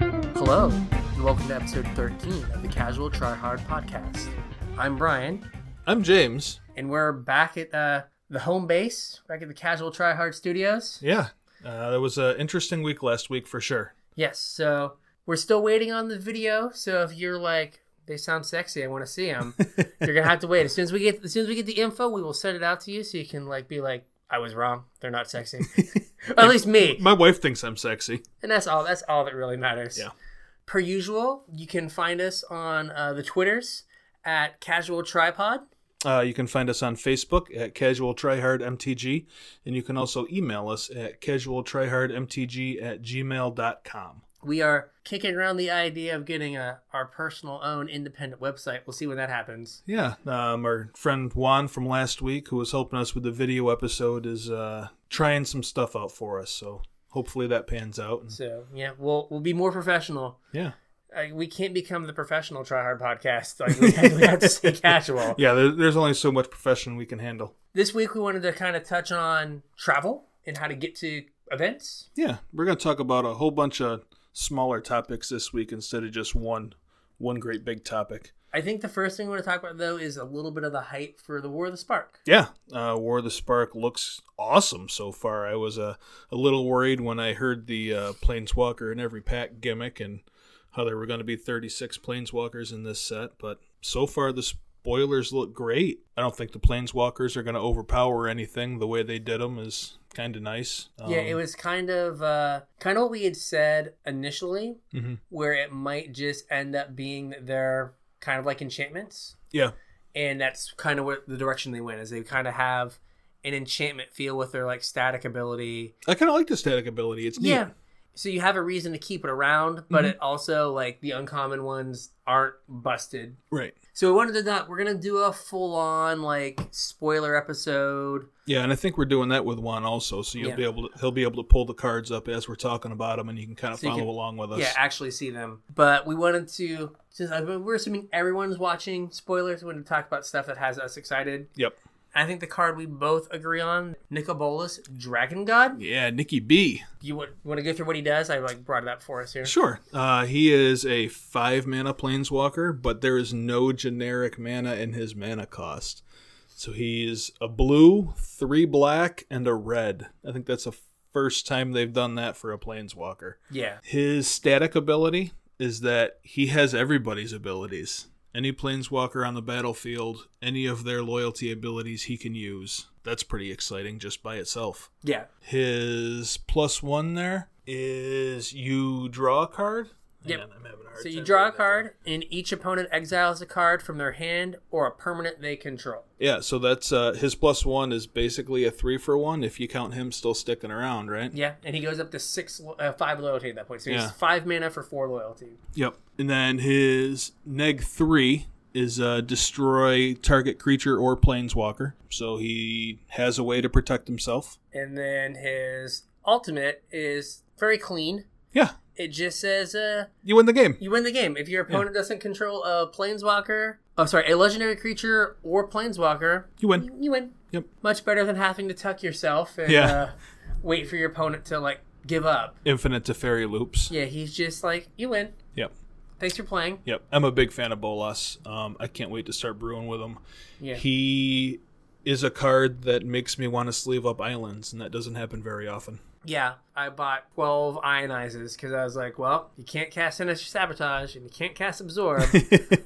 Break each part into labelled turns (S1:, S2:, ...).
S1: Hello, and welcome to episode 13 of the Casual Try Hard podcast. I'm Brian,
S2: I'm James.
S1: and we're back at uh, the home base, back at the Casual Try Hard studios.
S2: Yeah, uh, that was an interesting week last week for sure.
S1: Yes, so we're still waiting on the video. So if you're like, they sound sexy, I want to see them, you're gonna have to wait. As soon as we get, as soon as we get the info, we will send it out to you, so you can like be like, I was wrong. They're not sexy. or at least me.
S2: My wife thinks I'm sexy.
S1: And that's all. That's all that really matters.
S2: Yeah.
S1: Per usual, you can find us on uh, the Twitters at Casual Tripod.
S2: Uh, you can find us on Facebook at Casual Tryhard MTG, and you can also email us at Casual MTG at gmail.com.
S1: We are kicking around the idea of getting a our personal own independent website. We'll see when that happens.
S2: Yeah, um, our friend Juan from last week, who was helping us with the video episode, is uh, trying some stuff out for us. So hopefully that pans out. And,
S1: So yeah, we'll we'll be more professional.
S2: yeah,
S1: Uh, we can't become the professional try hard podcast. Like we have, we have to stay casual.
S2: yeah. There, there's only so much profession we can handle.
S1: This week we wanted to kind of touch on travel and how to get to events.
S2: Yeah, we're going to talk about a whole bunch of smaller topics this week instead of just one one great big topic.
S1: I think the first thing we want to talk about though is a little bit of the hype for the War of the Spark.
S2: Yeah, uh, War of the Spark looks awesome so far. I was uh, a little worried when I heard the uh, Planeswalker in every pack gimmick and how there were going to be 36 Planeswalkers in this set, but so far the spoilers look great. I don't think the Planeswalkers are going to overpower anything. The way they did them is kind of nice.
S1: yeah,
S2: Um,
S1: it was kind of uh, kind of what we had said initially,
S2: mhm.
S1: where it might just end up being that they're kind of like enchantments,
S2: Yeah,
S1: and that's kind of what the direction they went is they kind of have an enchantment feel with their like static ability.
S2: I kind of like the static ability. It's neat.
S1: Yeah. So you have a reason to keep it around, but it also like the uncommon ones aren't busted.
S2: Right.
S1: So we wanted to not we're gonna do a full on like spoiler episode.
S2: Yeah, and I think we're doing that with Juan also, so you'll
S1: Yeah.
S2: be able to he'll be able to pull the cards up as we're talking about them, and you can kind of
S1: So you
S2: follow
S1: can-
S2: along with us.
S1: yeah actually see them but we wanted to since I mean, we're assuming everyone's watching spoilers we wanted to talk about stuff that has us excited
S2: Yep.
S1: i think the card we both agree on nicobolus dragon god
S2: Yeah, Nikki B.
S1: you want, want to go through what he does i like brought it up for us here
S2: Sure. Uh, he is a five mana planeswalker, but there is no generic mana in his mana cost. So he's a blue, three black, and a red. I think that's the first time they've done that for a planeswalker.
S1: yeah
S2: His static ability is that he has everybody's abilities. Any planeswalker on the battlefield, any of their loyalty abilities he can use. That's pretty exciting just by itself.
S1: yeah
S2: His plus one there is you draw a card.
S1: Yep.
S2: Man, I'm having a hard
S1: so you
S2: time
S1: draw a
S2: reading that.
S1: card and each opponent exiles a card from their hand or a permanent they control
S2: Yeah, so that's uh, his plus one is basically a three for one if you count him still sticking around, right?
S1: yeah and he goes up to six lo- uh, five loyalty at that point so he's
S2: Yeah.
S1: five mana for four loyalty
S2: Yep. And then his neg three is uh, destroy target creature or planeswalker. So he has a way to protect himself.
S1: and then his ultimate is very clean
S2: Yeah,
S1: It just says uh,
S2: you win the game.
S1: you win the game. If your opponent doesn't control a planeswalker, oh sorry, a legendary creature or planeswalker,
S2: You win.
S1: you win.
S2: Yep.
S1: Much better than having to tuck yourself and
S2: Yeah.
S1: uh, wait for your opponent to like give up.
S2: Infinite to fairy loops.
S1: Yeah, he's just like you win.
S2: Yep.
S1: Thanks for playing.
S2: Yep. I'm a big fan of Bolas. Um, I can't wait to start brewing with him.
S1: Yeah.
S2: He is a card that makes me want to sleeve up islands, and that doesn't happen very often.
S1: Yeah, I bought twelve ionizes because I was like, well, you can't cast sinister sabotage and you can't cast absorb,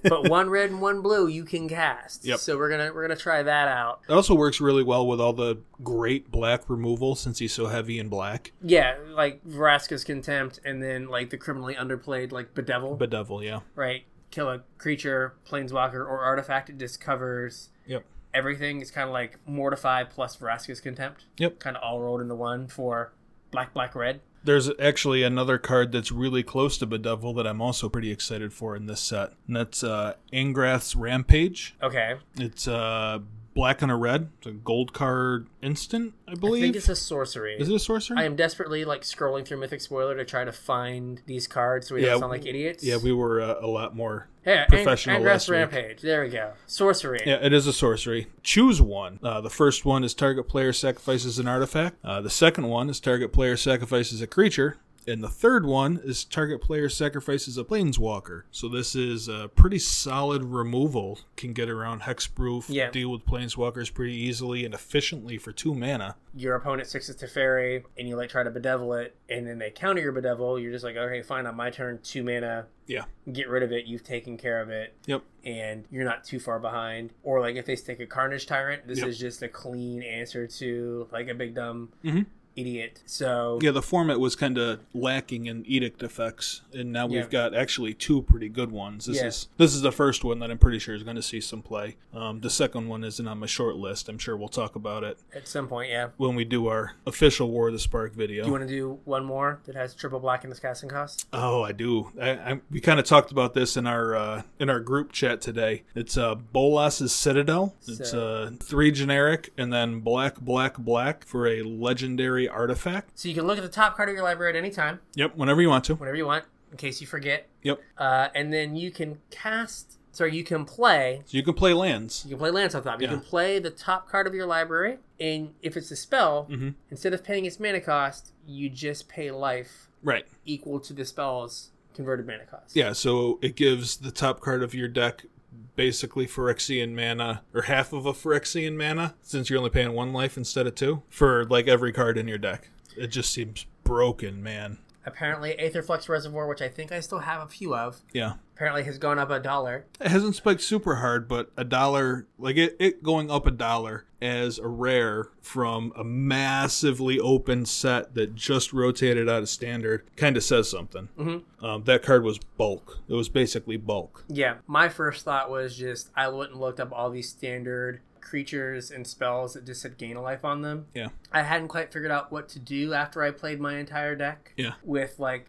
S1: but one red and one blue you can cast.
S2: Yep.
S1: So we're gonna we're gonna try that out.
S2: It also works really well with all the great black removal since he's so heavy in black.
S1: Yeah, like Vraska's contempt, and then like the criminally underplayed, like bedevil,
S2: Bedevil, yeah.
S1: right? Kill a creature, planeswalker, or artifact. It just covers
S2: Yep.
S1: everything. It's kind of like mortify plus Vraska's contempt.
S2: Yep.
S1: Kind of all rolled into one for black, black, red.
S2: There's actually another card that's really close to Bedevil that I'm also pretty excited for in this set, and that's uh, Angrath's Rampage.
S1: Okay,
S2: It's uh, black and a red. It's a gold card instant, I
S1: I
S2: believe.
S1: think it's a sorcery.
S2: Is it a sorcerer?
S1: I am desperately like scrolling through Mythic Spoiler to try to find these cards so we
S2: Yeah,
S1: don't sound like idiots.
S2: yeah, we were uh, a lot more
S1: hey, Ang-
S2: professional
S1: Angrath's
S2: last week.
S1: Rampage. There we go. Sorcery.
S2: Yeah, it is a sorcery. Choose one. Uh, the first one is target player sacrifices an artifact. Uh, the second one is target player sacrifices a creature. And the third one is target player sacrifices a planeswalker. So this is a pretty solid removal. Can get around hexproof,
S1: Yeah.
S2: deal with planeswalkers pretty easily and efficiently for two mana.
S1: Your opponent sixes to fairy, and you like try to bedevil it, and then they counter your bedevil. You're just like, okay, fine, on my turn, two mana,
S2: Yeah.
S1: get rid of it. You've taken care of it.
S2: Yep.
S1: and you're not too far behind. Or like if they stick a Carnage Tyrant, this
S2: Yep.
S1: is just a clean answer to like a big dumb
S2: Mhm.
S1: idiot. So
S2: Yeah, the format was kind of lacking in edict effects, and now we've
S1: Yeah.
S2: got actually two pretty good ones. This
S1: Yeah.
S2: is this is the first one that I'm pretty sure is going to see some play. Um, the second one isn't on my short list. I'm sure we'll talk about it
S1: at some point, yeah.
S2: when we do our official War of the Spark video.
S1: Do you want to do one more that has triple black in its casting cost?
S2: Oh, I do. I, I we kind of talked about this in our uh, in our group chat today. It's uh, Bolas's Citadel. It's uh, three generic and then black, black, black for a legendary artifact.
S1: So you can look at the top card of your library at any time,
S2: Yep, whenever you want to.
S1: whenever you want, in case you forget.
S2: Yep.
S1: Uh, and then you can cast. Sorry, you can play.
S2: So you can play lands.
S1: You can play lands on top. You
S2: Yeah.
S1: can play the top card of your library, and if it's a spell,
S2: Mhm.
S1: instead of paying its mana cost, you just pay life
S2: Right.
S1: equal to the spell's converted mana cost.
S2: Yeah, so it gives the top card of your deck basically Phyrexian mana, or half of a Phyrexian mana, since you're only paying one life instead of two, for like every card in your deck. It just seems broken, man.
S1: Apparently, Aetherflux Reservoir, which I think I still have a few of,
S2: Yeah.
S1: apparently has gone up a dollar.
S2: It hasn't spiked super hard, but a dollar, like it, it going up a dollar as a rare from a massively open set that just rotated out of standard kind of says something. Mm-hmm. Um, that card was bulk. It was basically bulk.
S1: Yeah, my first thought was just I went and looked up all these standard creatures and spells that just said gain a life on them.
S2: Yeah.
S1: I hadn't quite figured out what to do after I played my entire deck.
S2: Yeah.
S1: With like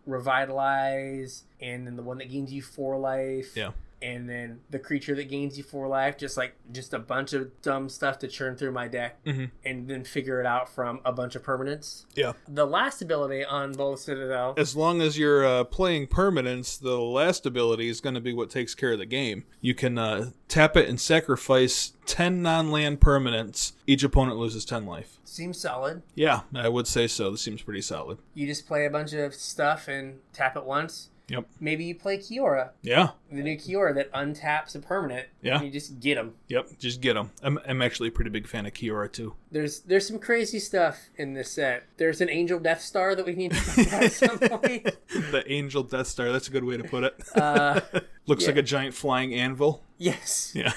S1: Revitalize and then the one that gains you four life.
S2: Yeah.
S1: And then the creature that gains you four life, just like just a bunch of dumb stuff to churn through my deck
S2: Mhm.
S1: and then figure it out from a bunch of permanents.
S2: Yeah.
S1: The last ability on Bold Citadel
S2: as long as you're uh, playing permanence, the last ability is going to be what takes care of the game. You can uh, tap it and sacrifice 10 non land permanents. Each opponent loses 10 life.
S1: seems solid.
S2: Yeah, I would say so. This seems pretty solid.
S1: You just play a bunch of stuff and tap it once.
S2: Yep.
S1: Maybe you play Kiora,
S2: Yeah.
S1: the new Kiora that untaps a permanent.
S2: Yeah.
S1: And you just get them.
S2: Yep. Just get them. I'm, I'm actually a pretty big fan of Kiora, too.
S1: There's there's some crazy stuff in this set. There's an Angel Death Star that we need to talk about at some point.
S2: the Angel Death Star. That's a good way to put it.
S1: Uh,
S2: Looks
S1: yeah.
S2: like a giant flying anvil.
S1: yes.
S2: Yeah.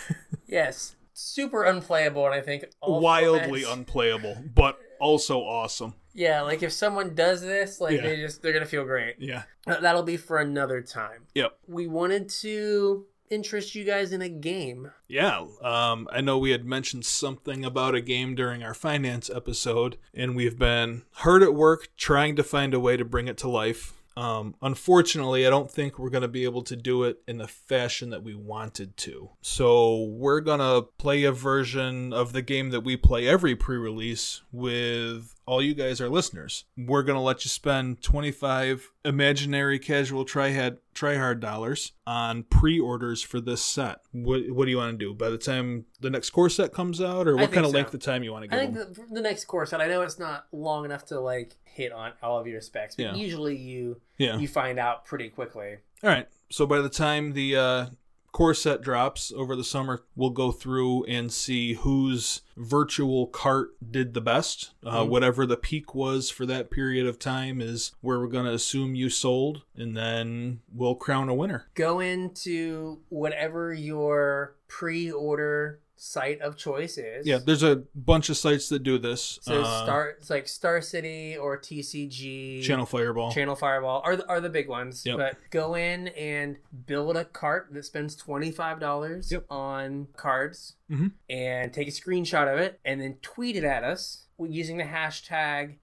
S1: Yes. Super unplayable, and I think all
S2: Wildly
S1: formats-
S2: unplayable, but also awesome.
S1: yeah, like if someone does this, like
S2: Yeah.
S1: they just they're gonna feel great.
S2: Yeah.
S1: Uh, That'll be for another time.
S2: Yep.
S1: We wanted to interest you guys in a game.
S2: Yeah, um, I know we had mentioned something about a game during our finance episode, and we've been hard at work trying to find a way to bring it to life. Um, unfortunately, I don't think we're going to be able to do it in the fashion that we wanted to. So, we're going to play a version of the game that we play every pre release with all you guys, our listeners. We're going to let you spend 25 imaginary casual tryhard tryhard dollars on pre-orders for this set. What, what do you want to do? By the time the next core set comes out, or what
S1: think
S2: kind of
S1: so.
S2: length of time you want to
S1: I
S2: give
S1: think
S2: them?
S1: the, the next course, and I know it's not long enough to like hit on all of your specs, but
S2: Yeah.
S1: usually you
S2: yeah.
S1: you find out pretty quickly.
S2: All right. So by the time the uh, core set drops over the summer, we'll go through and see whose virtual cart did the best. Uh,
S1: Mhm.
S2: Whatever the peak was for that period of time is where we're going to assume you sold, and then we'll crown a winner.
S1: Go into whatever your pre-order site of choice is.
S2: Yeah, there's a bunch of sites that do this.
S1: So
S2: Uh,
S1: Star, it's like Star City or TCG,
S2: Channel Fireball.
S1: Channel Fireball are the, are the big ones.
S2: Yep.
S1: But go in and build a cart that spends twenty five dollars
S2: Yep.
S1: on cards,
S2: Mhm.
S1: and take a screenshot of it and then tweet it at us using the hashtag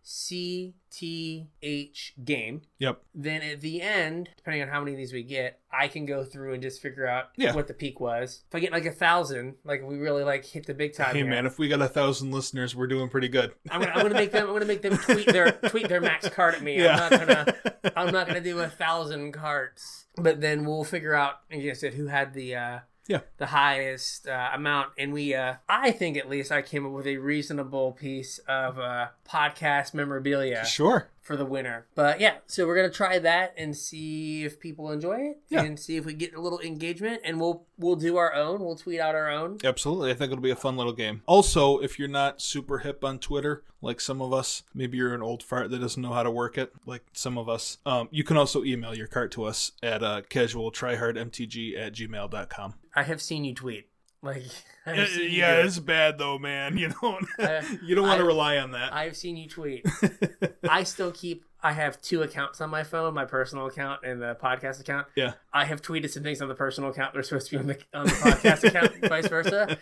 S1: CTHGame.
S2: Yep.
S1: Then at the end, depending on how many of these we get, I can go through and just figure out
S2: Yeah.
S1: what the peak was. If I get like a thousand, like we really like hit the big time.
S2: Hey
S1: here,
S2: man, if we got a thousand listeners, we're doing pretty good.
S1: I'm gonna, I'm gonna make them. I'm gonna make them tweet their tweet their max card at me. I'm not gonna. I'm not gonna do a thousand carts, but then we'll figure out, like I said, who had the uh,
S2: Yeah.
S1: the highest uh, amount, and we uh, I think at least I came up with a reasonable piece of uh, podcast memorabilia
S2: sure.
S1: for the winner. But yeah, so we're gonna try that and see if people enjoy it
S2: Yeah.
S1: and see if we get a little engagement. And we'll we'll do our own. We'll tweet out our own.
S2: Absolutely. I think it'll be a fun little game. Also, if you're not super hip on Twitter, like some of us, maybe you're an old fart that doesn't know how to work it, like some of us, um, you can also email your cart to us at uh, casualtryhardmtg at gmail.com.
S1: I have seen you tweet. Like I
S2: Uh,
S1: have seen you
S2: yeah,
S1: do it.
S2: it's bad though, man. You don't,
S1: I-
S2: you don't want to
S1: I-
S2: rely on that.
S1: I've seen you tweet. I still keep. I have two accounts on my phone: my personal account and the podcast account.
S2: yeah.
S1: I have tweeted some things on the personal account that are supposed to be on the, on the podcast account, and vice versa.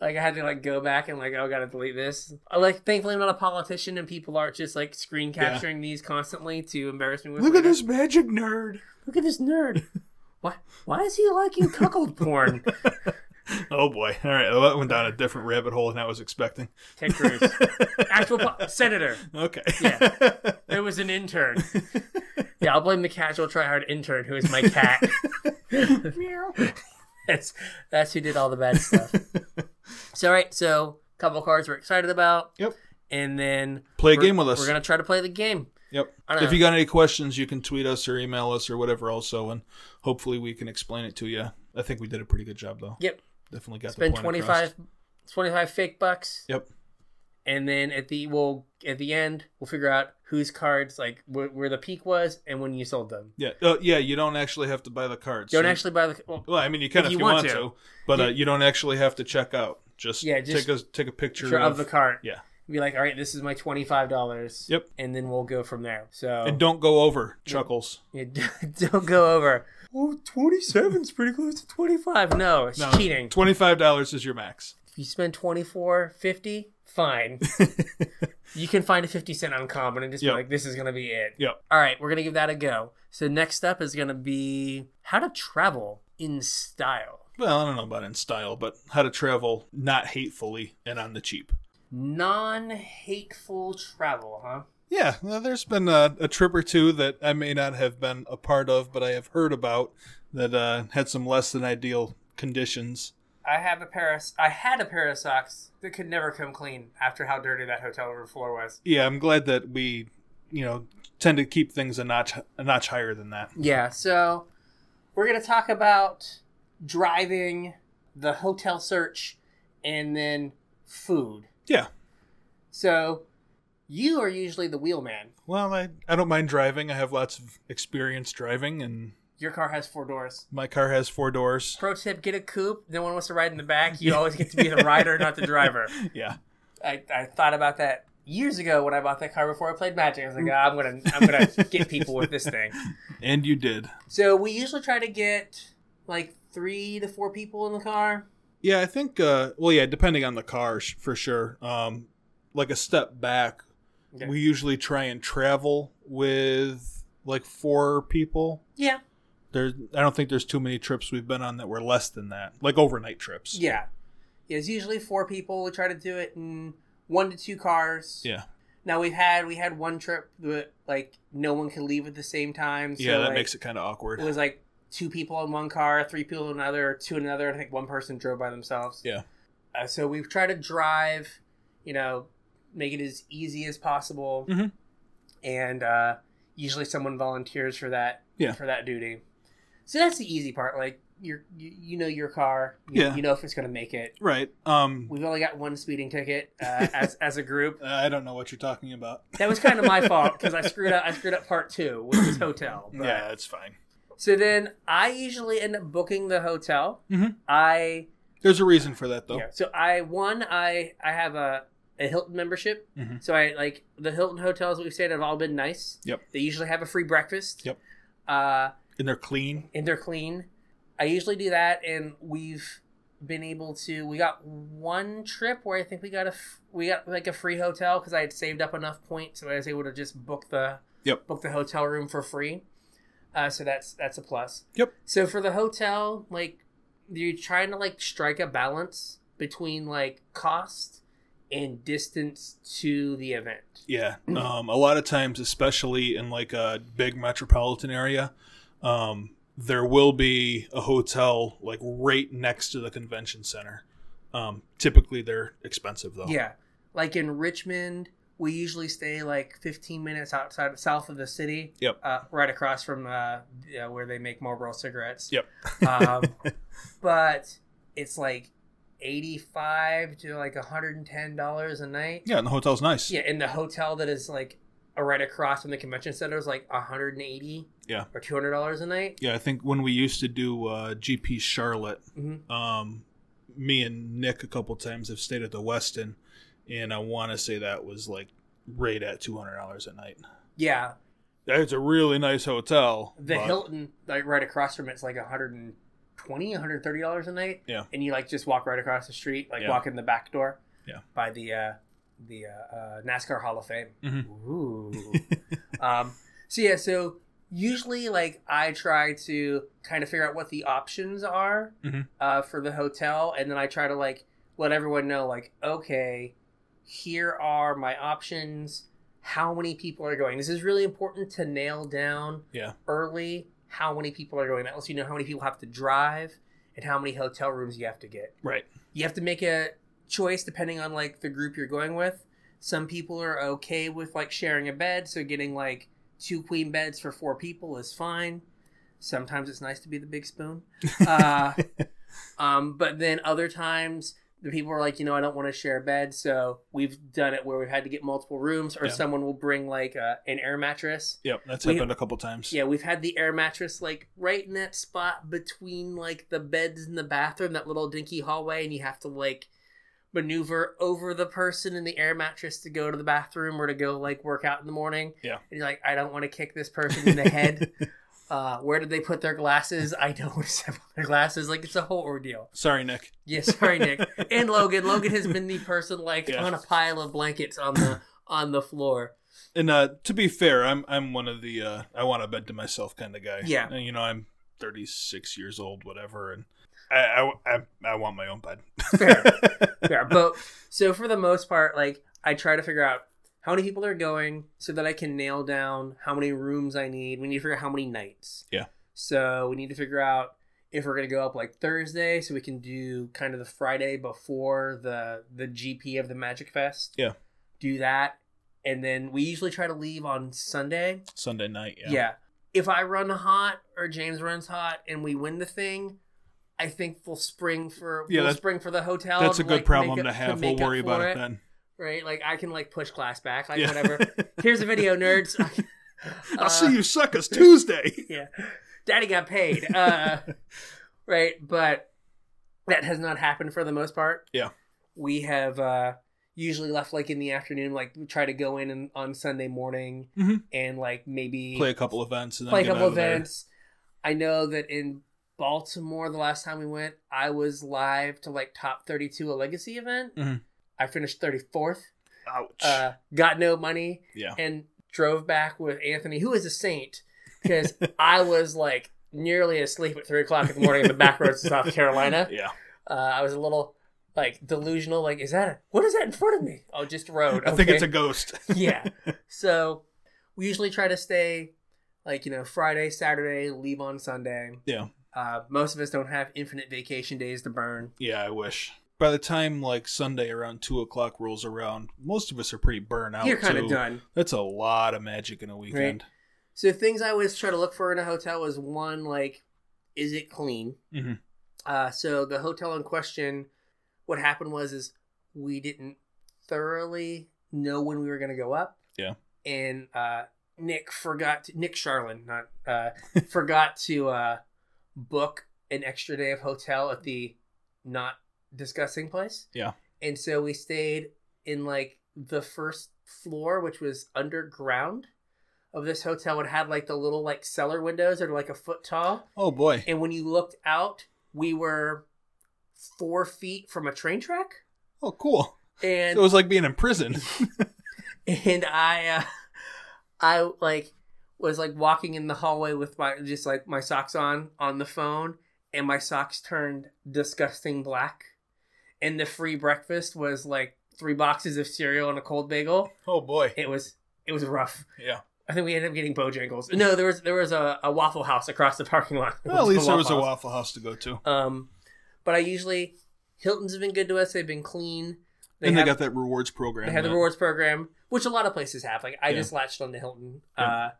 S1: Like I had to like go back and like oh gotta delete this. I, like thankfully I'm not a politician and people aren't just like screen capturing these constantly to embarrass me with.
S2: Look at
S1: later.
S2: this magic nerd.
S1: Look at this nerd. Why why is he liking cuckold porn?
S2: Oh boy. All right. Well, that went down a different rabbit hole than I was expecting.
S1: Ted Cruz, actual po- senator.
S2: Okay.
S1: It was an intern. Yeah, I'll blame the casual tryhard intern who is my cat. that's that's who did all the bad stuff. so all right, so couple cards we're excited about.
S2: Yep.
S1: And then
S2: Play a
S1: we're-
S2: game with us.
S1: We're gonna try to play the game.
S2: Yep.
S1: I don't
S2: If
S1: know.
S2: you got any questions, you can tweet us or email us or whatever also, and hopefully we can explain it to you. I think we did a pretty good job though.
S1: Yep.
S2: Definitely got the
S1: Spend
S2: point
S1: 25,
S2: across.
S1: 25 fake bucks,
S2: Yep.
S1: and then at the we'll at the end we'll figure out whose cards like where, where the peak was and when you sold them.
S2: Yeah. Uh, yeah. You don't actually have to buy the cards.
S1: Don't
S2: So-
S1: actually buy the. Well,
S2: Well, I mean, you can if, you, want, to, but uh, you don't actually have to check out. Just
S1: Yeah, just
S2: take a take a picture
S1: picture of the cart.
S2: Yeah.
S1: Be like, all right, this is my twenty five dollars.
S2: Yep.
S1: And then we'll go from there. So
S2: And don't go over chuckles.
S1: Yeah, d- don't go over. Oh, 27's pretty close to 25. No, it's cheating.
S2: Twenty five dollars is your max.
S1: If you spend 24.50, fine. you can find a 50 cent uncommon and just
S2: Yep.
S1: be like, this is going to be it.
S2: Yep.
S1: All right, we're going to give that a go. So next up is going to be how to travel in style.
S2: Well, I don't know about in style, but how to travel not hatefully and on the cheap.
S1: Non-hateful travel, huh?
S2: Yeah, well, there's been a, a trip or two that I may not have been a part of, but I have heard about that uh, had some less than ideal conditions.
S1: I have a pair of, I had a pair of socks that could never come clean after how dirty that hotel room floor was.
S2: Yeah, I'm glad that we, you know, tend to keep things a notch a notch higher than that.
S1: Yeah, so we're going to talk about driving, the hotel search, and then food.
S2: Yeah.
S1: So you are usually the wheelman.
S2: Well, I, I don't mind driving. I have lots of experience driving, and
S1: Your car has four doors.
S2: my car has four doors.
S1: Pro tip get a coupe. No one wants to ride in the back. You always get to be the rider, not the driver.
S2: Yeah.
S1: I, I thought about that years ago when I bought that car before I played Magic. I was like, ah, I'm going to I'm gonna get people with this thing.
S2: And you did.
S1: So we usually try to get like three to four people in the car.
S2: Yeah, I think. Uh, well, yeah, depending on the car, sh- for sure. Um, like a step back,
S1: Okay.
S2: we usually try and travel with like four people.
S1: Yeah.
S2: There, I don't think there's too many trips we've been on that were less than that, like overnight trips.
S1: Yeah. Yeah, it's usually four people. We try to do it in one to two cars.
S2: yeah,
S1: Now we've had we had one trip that like no one could leave at the same time. So
S2: yeah. That
S1: like,
S2: makes it kind of awkward.
S1: it was like two people in one car, three people in another, two in another. and I think one person drove by themselves.
S2: Yeah.
S1: Uh, so we've tried to drive, you know, make it as easy as possible,
S2: Mhm.
S1: and uh, usually someone volunteers for that.
S2: Yeah.
S1: For that duty. So that's the easy part. Like you're, you, you know your car. You,
S2: Yeah.
S1: You know if it's going to make it.
S2: right. Um,
S1: We've only got one speeding ticket uh, as as a group.
S2: I don't know what you're talking about.
S1: That was kind of my fault because I screwed up. I screwed up part two, which is hotel. but-
S2: Yeah, that's fine.
S1: So then I usually end up booking the hotel.
S2: Mhm.
S1: I
S2: There's a reason for that though.
S1: yeah, so I one I I have a a Hilton membership.
S2: Mhm.
S1: So I like the Hilton hotels we've stayed at have all been nice.
S2: Yep.
S1: They usually have a free breakfast.
S2: Yep.
S1: Uh,
S2: And they're clean.
S1: and they're clean. I usually do that, and we've been able to. We got one trip where I think we got a f- we got like a free hotel because I had saved up enough points, so I was able to just book the
S2: Yep.
S1: book the hotel room for free. Uh, so that's that's a plus.
S2: Yep.
S1: So for the hotel, like you're trying to like strike a balance between like cost and distance to the event.
S2: Yeah.
S1: Mm.
S2: Um, a lot of times, especially in like a big metropolitan area, um, there will be a hotel like right next to the convention center. Um, typically, they're expensive though.
S1: Yeah. Like in Richmond, we usually stay like 15 minutes outside of south of the city.
S2: Yep.
S1: Uh, right across from uh, yeah, where they make Marlboro cigarettes.
S2: Yep.
S1: um, but it's like 85 to like 110 dollars a night.
S2: yeah, and the hotel's nice.
S1: Yeah, and the hotel that is like right across from the convention center is like 180
S2: Yeah.
S1: or 200 dollars a night.
S2: Yeah, I think when we used to do uh, GP Charlotte,
S1: Mhm.
S2: um, me and Nick a couple times have stayed at the Westin, and I want to say that was like right at two hundred dollars a night.
S1: Yeah,
S2: It's a really nice hotel.
S1: the
S2: but-
S1: Hilton like right across from it's like 120 130 dollars a night.
S2: Yeah.
S1: and you like just walk right across the street, like
S2: Yeah.
S1: walk in the back door.
S2: Yeah.
S1: by the uh, the uh, uh, NASCAR Hall of Fame.
S2: Mhm.
S1: Ooh. um, so yeah, so usually like I try to kind of figure out what the options are
S2: Mhm.
S1: uh, for the hotel, and then I try to like let everyone know like okay, here are my options. How many people are going? This is really important to nail down
S2: Yeah.
S1: early how many people are going. That lets you know how many people have to drive and how many hotel rooms you have to get
S2: Right.
S1: you have to make a choice depending on like the group you're going with. Some people are okay with like sharing a bed, so getting like two queen beds for four people is fine. Sometimes it's nice to be the big spoon. Uh, um, but then other times the people are like, you know, I don't want to share a bed, so we've done it where we've had to get multiple rooms, or
S2: Yeah.
S1: someone will bring like a, an air mattress.
S2: Yep, that's
S1: We-
S2: happened a couple times.
S1: Yeah, we've had the air mattress like right in that spot between like the beds in the bathroom, that little dinky hallway, and you have to like maneuver over the person in the air mattress to go to the bathroom or to go like work out in the morning.
S2: Yeah.
S1: And you're like, I don't want to kick this person in the head. Uh, where did they put their glasses? I don't want to put their glasses. Like it's a whole ordeal.
S2: Sorry, Nick.
S1: Yeah, sorry, Nick. and Logan. Logan has been the person like
S2: Yeah.
S1: on a pile of blankets on the on the floor.
S2: And uh, to be fair, I'm I'm one of the uh, I want a bed to myself kind of guy.
S1: Yeah.
S2: And, you know, I'm 36 years old, whatever, and I I, I, I want my own bed.
S1: Fair. Fair. But so for the most part, like I try to figure out how many people are going so that I can nail down how many rooms I need. We need to figure out how many nights.
S2: Yeah.
S1: So we need to figure out if we're gonna go up like Thursday, so we can do kind of the Friday before the the GP of the Magic Fest.
S2: Yeah.
S1: Do that. And then we usually try to leave on Sunday.
S2: Sunday night. Yeah.
S1: Yeah. If I run hot or James runs hot and we win the thing, I think we'll spring for
S2: Yeah,
S1: we'll
S2: that's-
S1: spring for the hotel.
S2: That's a
S1: to,
S2: good
S1: Um, like,
S2: problem
S1: make
S2: to
S1: up-
S2: have.
S1: make
S2: We'll
S1: up
S2: worry about
S1: for
S2: it then.
S1: Right? Like I can like push class back, like
S2: Yeah.
S1: whatever. Here's a video, nerds. Uh,
S2: I'll see you suckers Tuesday.
S1: Yeah. Daddy got paid. Uh, right, but that has not happened for the most part.
S2: Yeah.
S1: We have uh, usually left like in the afternoon, like we try to go in and, on Sunday morning
S2: Mhm.
S1: and like maybe
S2: Play a couple events and then
S1: play a
S2: get
S1: couple
S2: out of there.
S1: events. I know that in Baltimore, the last time we went, I was live to like top 32 a legacy event.
S2: Mhm.
S1: I finished 34th,
S2: Ouch.
S1: uh, got no money,
S2: yeah.
S1: and drove back with Anthony, who is a saint, because I was like nearly asleep at 3 o'clock in the morning in the back roads of South Carolina.
S2: Yeah.
S1: Uh, I was a little like delusional, like, is that a, what is that in front of me? Oh, just a road.
S2: I think
S1: Okay
S2: it's a ghost.
S1: yeah. So we usually try to stay like, you know, Friday, Saturday, leave on Sunday.
S2: Yeah.
S1: Uh, most of us don't have infinite vacation days to burn.
S2: Yeah, I wish. By the time like Sunday around two o'clock rolls around, most of us are pretty burnt out.
S1: You're kind of
S2: too.
S1: done.
S2: That's a lot of magic in a weekend.
S1: So things I always try to look for in a hotel is one, like, is it clean?
S2: Mhm.
S1: Uh, so the hotel in question, what happened was is we didn't thoroughly know when we were going to go up.
S2: Yeah.
S1: And uh, Nick forgot to, Nick Sharlin not uh, forgot to uh, book an extra day of hotel at the not discussing place.
S2: Yeah.
S1: And so we stayed in like the first floor, which was underground of this hotel. It had like the little like cellar windows that are like a foot tall.
S2: Oh boy.
S1: And when you looked out, we were four feet from a train track.
S2: Oh cool.
S1: And
S2: it was like being in prison.
S1: and I, uh, I like was like walking in the hallway with my just like my socks on on the phone, and my socks turned disgusting black, and the free breakfast was like three boxes of cereal and a cold bagel.
S2: oh boy.
S1: It was it was rough.
S2: Yeah.
S1: I think we ended up getting Bojangles. No, there was there was a, a Waffle House across the parking lot.
S2: Well, at least there was a
S1: House.
S2: Waffle House to go to.
S1: Um, but I usually Hilton's have been good to us. They've been clean. They
S2: and
S1: have,
S2: they got that rewards program.
S1: they have the
S2: now.
S1: rewards program, which a lot of places have. Like I
S2: Yeah.
S1: just latched on to Hilton,
S2: Yeah.
S1: uh,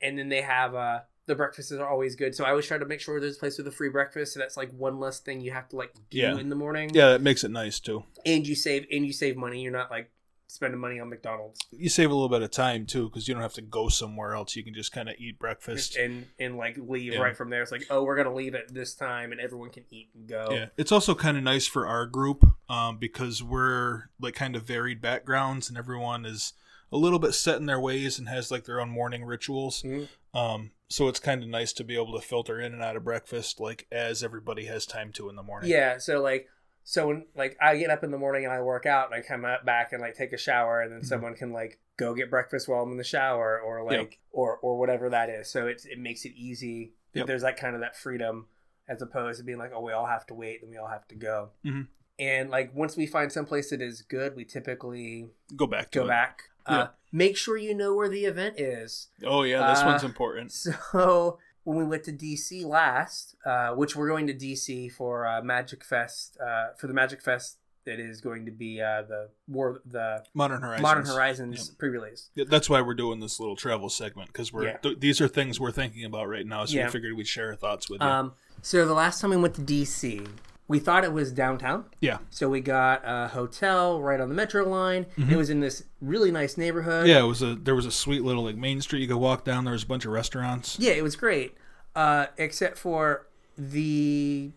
S1: and then they have uh, the breakfasts are always good. So I always try to make sure there's a place with a free breakfast, so that's like one less thing you have to like do
S2: Yeah.
S1: in the morning.
S2: Yeah, that makes it nice too.
S1: and you save and you save money. You're not like spending money on McDonald's
S2: You save a little bit of time too because you don't have to go somewhere else. You can just kind of eat breakfast.
S1: and and like leave
S2: Yeah.
S1: right from there. It's like oh, we're gonna leave at this time, and everyone can eat and go.
S2: Yeah, it's also kind of nice for our group um, because we're like kind of varied backgrounds and everyone is a little bit set in their ways and has like their own morning rituals.
S1: Mhm.
S2: Um, so it's kind of nice to be able to filter in and out of breakfast like as everybody has time to in the morning.
S1: Yeah, so like so when like I get up in the morning and I work out and I come out back and like take a shower and then
S2: Mhm.
S1: someone can like go get breakfast while I'm in the shower or like or or whatever that is. So it's it makes it easy. that
S2: Yep.
S1: There's that kind of that freedom as opposed to being like, oh, we all have to wait and we all have to go.
S2: Mhm.
S1: And like once we find someplace that is good, we typically
S2: Go back to
S1: go
S2: it.
S1: back. Uh,
S2: Yeah.
S1: make sure you know where the event is.
S2: Oh yeah, this
S1: Uh,
S2: one's important.
S1: So when we went to DC last, uh, which we're going to DC for uh, Magic Fest, uh, for the Magic Fest that is going to be uh, the War, the
S2: Modern Horizons.
S1: Modern Horizons pre-release.
S2: Yeah, That's why we're doing this little travel segment because we're
S1: Yeah.
S2: th- these are things we're thinking about right now. So
S1: Yeah.
S2: we figured we'd share our thoughts with you.
S1: Um, so the last time we went to DC, we thought it was downtown.
S2: yeah,
S1: So we got a hotel right on the metro line. It was in this really nice neighborhood.
S2: Mm-hmm. yeah. It was a there was a sweet little like main street you could walk down. There was a bunch of restaurants.
S1: Yeah, it was great. Uh, except for the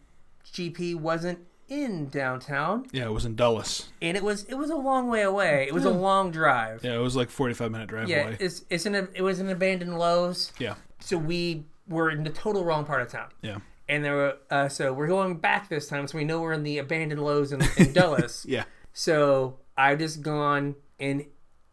S1: GP wasn't in downtown
S2: Yeah, it was in Dulles.
S1: and it was it was a long way away. It was a long drive.
S2: Yeah, it was like forty five minute drive
S1: Yeah,
S2: away.
S1: it's it's an it was an abandoned Lowe's,
S2: yeah,
S1: so we were in the total wrong part of town.
S2: yeah,
S1: And there were uh, so we're going back this time, so we know we're in the abandoned Lowe's in, in Dulles.
S2: yeah.
S1: So I've just gone, and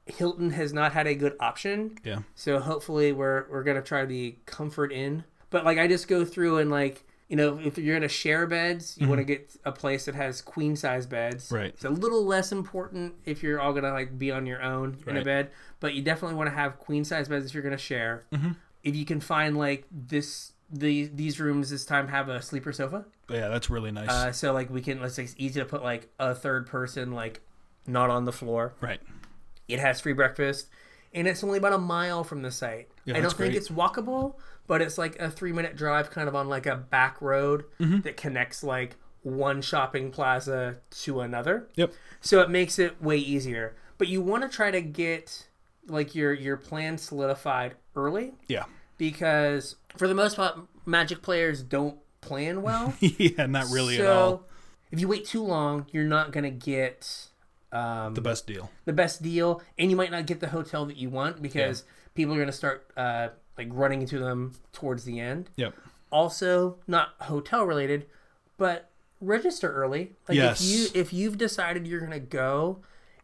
S1: Hilton has not had a good option.
S2: Yeah.
S1: So hopefully we're we're gonna try the Comfort Inn. But like I just go through and like you know if you're gonna share beds, you want to get a place that has queen size beds.
S2: Mm-hmm. Right.
S1: It's a little less important if you're all gonna like be on your own in a
S2: Right.
S1: bed, but you definitely want to have queen size beds if you're gonna share.
S2: Mm-hmm.
S1: If you can find like this. The, these rooms this time have a sleeper sofa
S2: But yeah, that's really nice.
S1: uh, so like we can let's say it's easy to put like a third person like not on the floor
S2: right.
S1: it has free breakfast and it's only about a mile from the site i don't
S2: that's
S1: think
S2: great.
S1: it's walkable but it's like a three minute drive kind of on like a back road
S2: Mm-hmm.
S1: that connects like one shopping plaza to another
S2: Yep.
S1: so it makes it way easier but you want to try to get like your your plan solidified early
S2: Yeah.
S1: because for the most part magic players don't plan well
S2: yeah, not really at all.
S1: if you wait too long, you're not gonna get um,
S2: The
S1: the,
S2: best deal.
S1: best deal, and you might not get the hotel that you want because people are gonna start uh, like running into them towards the end.
S2: Yep.
S1: Also, not hotel related, but register early. Like
S2: Yes.
S1: if you if you've decided you're gonna go,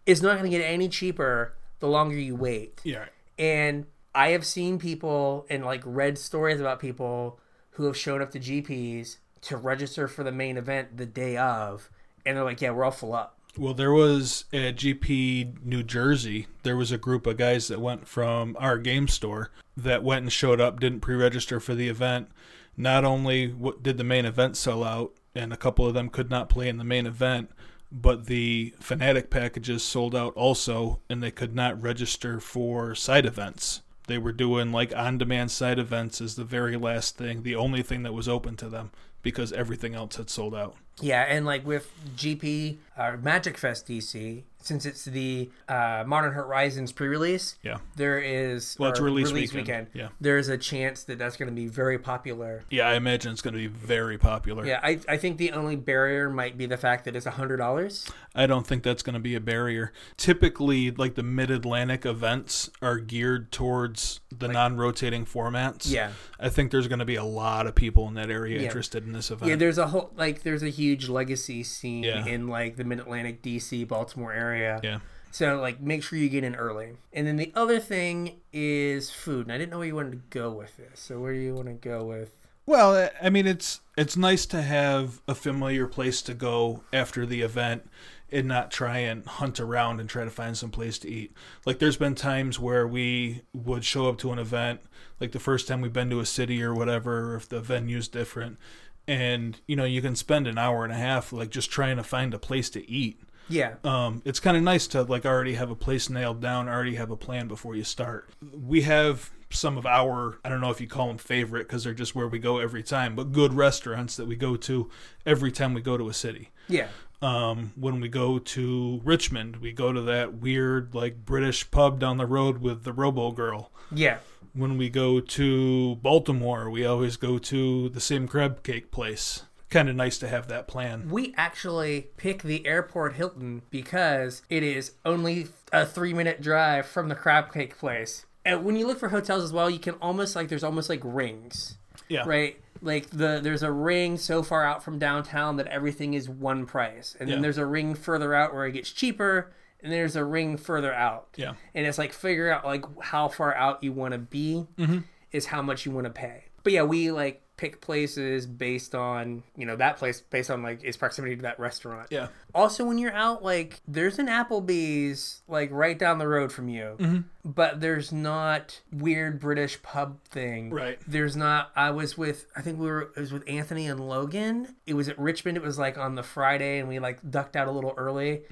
S1: it's not gonna get any cheaper the longer you wait.
S2: Yeah.
S1: And I have seen people and like read stories about people who have shown up to GPs to register for the main event the day of, and they're like, "Yeah, we're all full up."
S2: Well, there was at GP New Jersey, there was a group of guys that went from our game store that went and showed up, didn't pre register for the event. Not only w- did the main event sell out, and a couple of them could not play in the main event, but the Fanatic packages sold out also, and they could not register for side events. They were doing like on demand side events as the very last thing, the only thing that was open to them because everything else had sold out.
S1: Yeah, and like with GP or Magic Fest DC, since it's the uh, Modern Horizons pre-release,
S2: Yeah.
S1: there is
S2: Well, it's
S1: or
S2: release weekend. Yeah.
S1: There is a chance that that's going to be very popular.
S2: Yeah, I imagine it's going to be very popular.
S1: Yeah, I, I think the only barrier might be the fact that it's a hundred dollars.
S2: I don't think that's going to be a barrier. Typically, like the Mid Atlantic events are geared towards the non rotating formats.
S1: Yeah.
S2: I think there's going to be a lot of people in that area
S1: Yeah.
S2: interested in this
S1: Yeah,
S2: event.
S1: there's a whole like there's a huge legacy scene
S2: Yeah.
S1: in like the Mid Atlantic, DC, Baltimore area.
S2: Yeah.
S1: So like make sure you get in early. And then the other thing is food. And I didn't know where you wanted to go with this. So where do you want to go with?
S2: Well, I- I mean, it's it's nice to have a familiar place to go after the event and not try and hunt around and try to find some place to eat. Like, there's been times where we would show up to an event, like the first time we've been to a city or whatever, if the venue's different, and you know, you can spend an hour and a half like just trying to find a place to eat.
S1: Yeah.
S2: um, it's kind of nice to like already have a place nailed down, already have a plan before you start. We have some of our I don't know if you call them favorite because they're just where we go every time, but good restaurants that we go to every time we go to a city.
S1: Yeah.
S2: Um, when we go to Richmond, we go to that weird like British pub down the road with the Robo Girl.
S1: Yeah.
S2: When we go to Baltimore, we always go to the same crab cake place. Kind of nice to have that plan.
S1: We actually pick the airport Hilton because it is only a three minute drive from the crab cake place. And when you look for hotels as well, you can almost like there's almost like rings,
S2: Yeah.
S1: right? Like the there's a ring so far out from downtown that everything is one price, and then
S2: Yeah.
S1: there's a ring further out where it gets cheaper, and there's a ring further out.
S2: Yeah.
S1: and it's like figure out like how far out you want to be
S2: Mm-hmm.
S1: is how much you want to pay but yeah we like pick places based on you know that place based on like its proximity to that restaurant
S2: Yeah.
S1: also when you're out like there's an applebee's like right down the road from you but there's not weird british pub thing
S2: Right.
S1: there's not i was with i think we were it was with anthony and logan it was at richmond it was like on the friday and we like ducked out a little early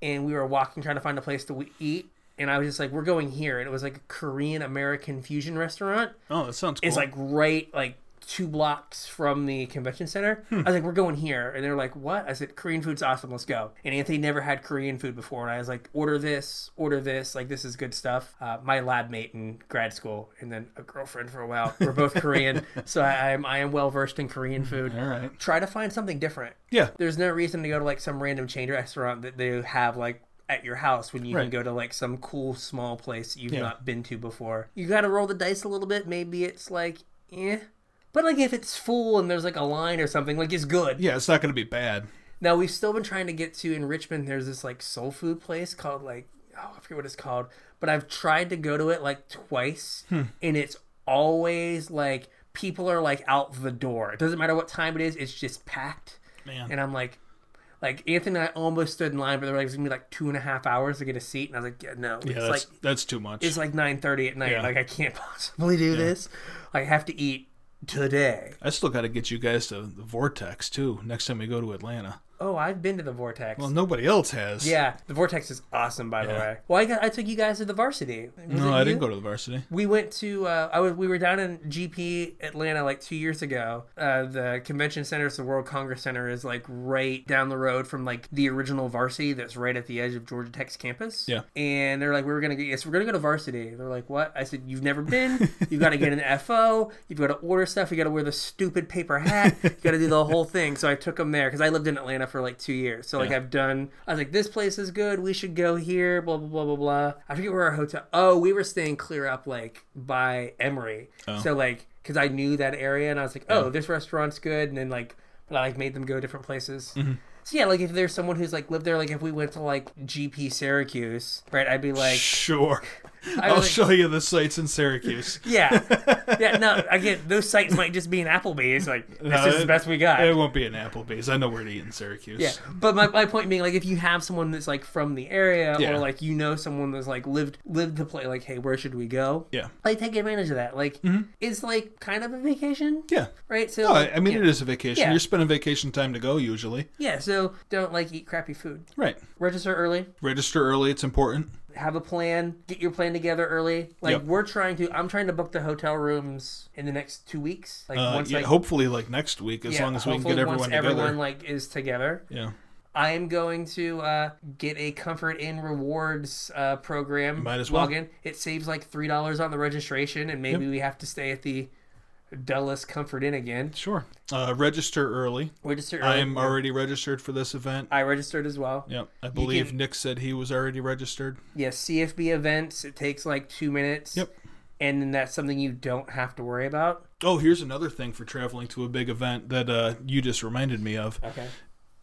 S1: and we were walking trying to find a place to we- eat and i was just like we're going here and it was like a korean american fusion restaurant
S2: Oh, that sounds cool.
S1: it's like right like two blocks from the convention center.
S2: Hmm.
S1: I was like, we're going here. And they're like, what? I said, Korean food's awesome. Let's go. And Anthony never had Korean food before. And I was like, order this, order this. Like, this is good stuff. Uh, my lab mate in grad school and then a girlfriend for a while were both Korean. So I, I'm, I am well versed in Korean food.
S2: all right.
S1: Try to find something different.
S2: Yeah.
S1: There's no reason to go to like some random chain restaurant that they have like at your house when you can
S2: Right.
S1: go to like some cool small place you've not been to before. You got to roll the dice a little bit. Maybe it's like, eh. But like if it's full and there's like a line or something, like it's good.
S2: Yeah, it's not going to be bad.
S1: Now we've still been trying to get to in Richmond. There's this like soul food place called like oh I forget what it's called, but I've tried to go to it like twice,
S2: Hmm.
S1: and it's always like people are like out the door. It doesn't matter what time it is; it's just packed.
S2: Man.
S1: And I'm like, like Anthony and I almost stood in line, but they were like, it's gonna be like two and a half hours to get a seat, and I was like, yeah, no,
S2: Yeah,
S1: it's like
S2: that's, that's too much.
S1: it's like nine thirty at night.
S2: Yeah.
S1: Like I can't possibly do this. I have to eat today.
S2: I still got to get you guys to the Vortex too. Next time we go to Atlanta.
S1: Oh, I've been to the Vortex.
S2: Well, nobody else has.
S1: Yeah, the Vortex is awesome, by the way. Well, I, got, I took you guys to the varsity. Was
S2: No,
S1: it
S2: I
S1: you?
S2: didn't go to the varsity.
S1: We went to uh, I was we were down in GP Atlanta like two years ago. Uh, the convention center, so the World Congress Center, is like right down the road from like the original varsity that's right at the edge of Georgia Tech's campus.
S2: Yeah.
S1: And they're like, we were gonna get yes, we're gonna go to varsity. They're like, what? I said, you've never been. You've got to get an FO. You've got to order stuff. You got to wear the stupid paper hat. You got to do the whole thing. So I took them there because I lived in Atlanta for like two years. So like I've done. I was like, this place is good. We should go here. Blah blah blah blah blah. I forget where our hotel. Oh, we were staying clear up like by Emory. So like because I knew that area and I was like, oh, this restaurant's good. And then like, but I like made them go different places. So yeah, like if there's someone who's like lived there, like if we went to like GP Syracuse, right? I'd be like,
S2: Sure.
S1: I
S2: I'll
S1: was like-
S2: show you the sites in Syracuse.
S1: yeah, yeah. No, again, those sites might just be an Applebee's. Like this is the best we got.
S2: It won't be an Applebee's. I know where to eat in Syracuse.
S1: yeah, but my, my point being, like, if you have someone that's like from the area,
S2: Yeah.
S1: or like you know someone that's like lived lived the place, like, hey, where should we go?
S2: Yeah.
S1: Like, take advantage of that. Like, it's like kind of a vacation,
S2: Yeah.
S1: right? So,
S2: Mm-hmm. No, I,
S1: like,
S2: I mean,
S1: yeah.
S2: it is a vacation.
S1: Yeah.
S2: You're spending vacation time to go usually.
S1: yeah. So don't like eat crappy food.
S2: Right.
S1: Register early.
S2: Register early. It's important.
S1: have a plan, get your plan together early. Like
S2: Yep.
S1: we're trying to I'm trying to book the hotel rooms in the next 2 weeks. Like
S2: Uh,
S1: once
S2: yeah,
S1: like
S2: hopefully, like next week, as long as we can
S1: hopefully
S2: get everyone
S1: once
S2: together.
S1: everyone like is together.
S2: yeah.
S1: I am going to uh, get a comfort in rewards uh, program
S2: Might as well.
S1: login. It saves like $3 on the registration and maybe we have to stay at the Dulles Comfort Inn again.
S2: Sure. Uh, register early.
S1: Register
S2: I
S1: early.
S2: am already registered for this event.
S1: I registered as well.
S2: Yep. I believe
S1: can-
S2: Nick said he was already registered.
S1: Yes, CFB events. It takes like 2 minutes.
S2: Yep.
S1: And then that's something you don't have to worry about.
S2: Oh, here's another thing for traveling to a big event that uh, you just reminded me of
S1: Okay.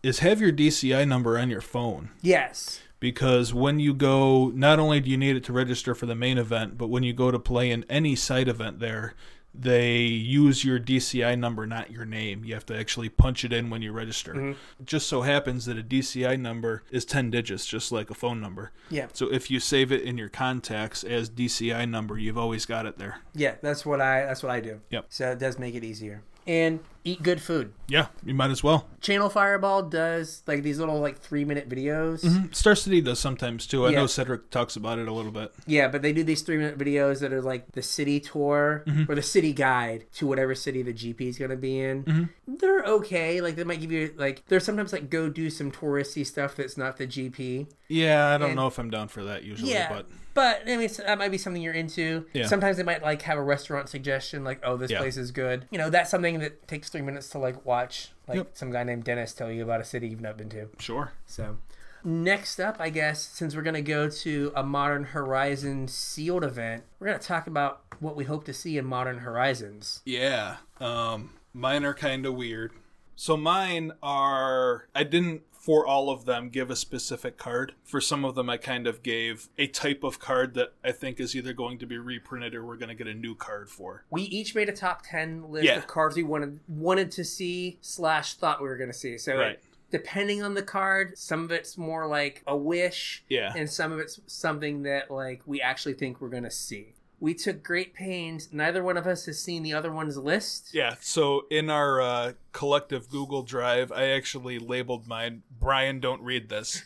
S2: is have your DCI number on your phone
S1: Yes.
S2: because when you go, not only do you need it to register for the main event, but when you go to play in any side event there, they use your DCI number, not your name. You have to actually punch it in when you register. It just so happens that a DCI number is 10 digits, just like a phone number.
S1: Yeah.
S2: So if you save it in your contacts as DCI number, you've always got it there.
S1: Yeah, that's what I that's what I do.
S2: Yep.
S1: So it does make it easier. And eat good food.
S2: Yeah, you might as well.
S1: Channel Fireball does like these little like three minute videos.
S2: Mm-hmm. Star City Mm, does sometimes too. I
S1: Yeah.
S2: know Cedric talks about it a little bit.
S1: Yeah, but they do these three minute videos that are like the city tour
S2: Mm-hmm.
S1: or the city guide to whatever city the GP is going to be in.
S2: Mm-hmm.
S1: They're okay. Like, they might give you, like, they're sometimes like go do some touristy stuff that's not the GP.
S2: Yeah, I don't know if I'm down for that usually,
S1: Yeah.
S2: but
S1: But, I mean, it's- that might be something you're into.
S2: Yeah.
S1: Sometimes they might like have a restaurant suggestion, like, oh, this
S2: Yeah.
S1: place is good. You know, that's something that takes three minutes to like watch, like
S2: Yep.
S1: some guy named Dennis tell you about a city you've not been to.
S2: sure.
S1: So, next up, I guess, since we're going to go to a Modern Horizon sealed event, we're going to talk about what we hope to see in Modern Horizons.
S2: Yeah. Um mine are kind of weird. So mine are I didn't for all of them give a specific card. For some of them I kind of gave a type of card that I think is either going to be reprinted or we're going to get a new card for.
S1: We each made a top 10 list
S2: Yeah.
S1: of cards we wanted wanted to see slash thought we were going to see. So,
S2: Right.
S1: depending on the card, some of it's more like a wish
S2: Yeah.
S1: and some of it's something that like we actually think we're going to see. We took great pains. Neither one of us has seen the other one's list.
S2: Yeah, so in our uh, collective Google Drive, I actually labeled mine Brian don't read this.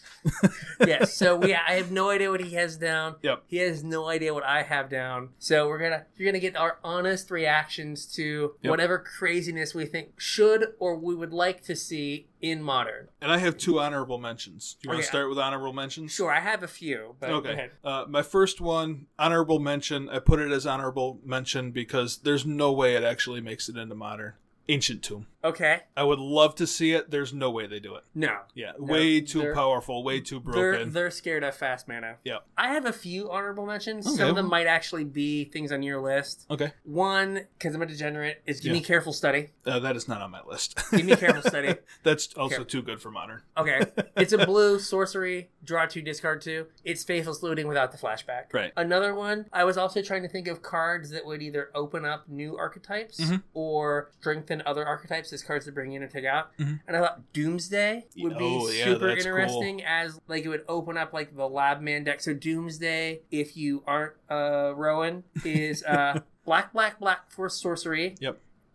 S1: yes. So we, I have no idea what he has down.
S2: Yep.
S1: He has no idea what I have down. So we're gonna, you're gonna get our honest reactions to
S2: Yep.
S1: whatever craziness we think should or we would like to see in modern.
S2: And I have two honorable mentions. Do you want
S1: Okay, uh,
S2: to start with honorable mentions?
S1: Sure, I have a few. But Go
S2: Okay.
S1: ahead.
S2: Uh, my first one, honorable mention. I put it as honorable mention because there's no way it actually makes it into modern. Ancient Tomb.
S1: Okay.
S2: I would love to see it. There's no way they do it.
S1: No.
S2: Yeah, way too
S1: they're-
S2: powerful, way too
S1: They're,
S2: broken.
S1: they're scared of fast mana.
S2: Yep.
S1: I have a few honorable mentions. Some
S2: Okay.
S1: of them might actually be things on your list.
S2: okay,
S1: One, because I'm a degenerate, is give me
S2: Yeah.
S1: careful study.
S2: uh, that is not on my list.
S1: Give me careful study.
S2: That's also
S1: Here.
S2: too good for modern.
S1: Okay. It's a blue sorcery, draw two, discard two. It's faithless looting without the flashback.
S2: Right.
S1: Another one, I was also trying to think of cards that would either open up new archetypes
S2: Mhm.
S1: or strengthen other archetypes as cards to bring in or take out.
S2: Mhm.
S1: And I thought Doomsday would be
S2: Oh, yeah,
S1: super
S2: that's cool.
S1: interesting as like it would open up like the lab man deck. So Doomsday, if you aren't uh Rowan, is uh black, black, black for sorcery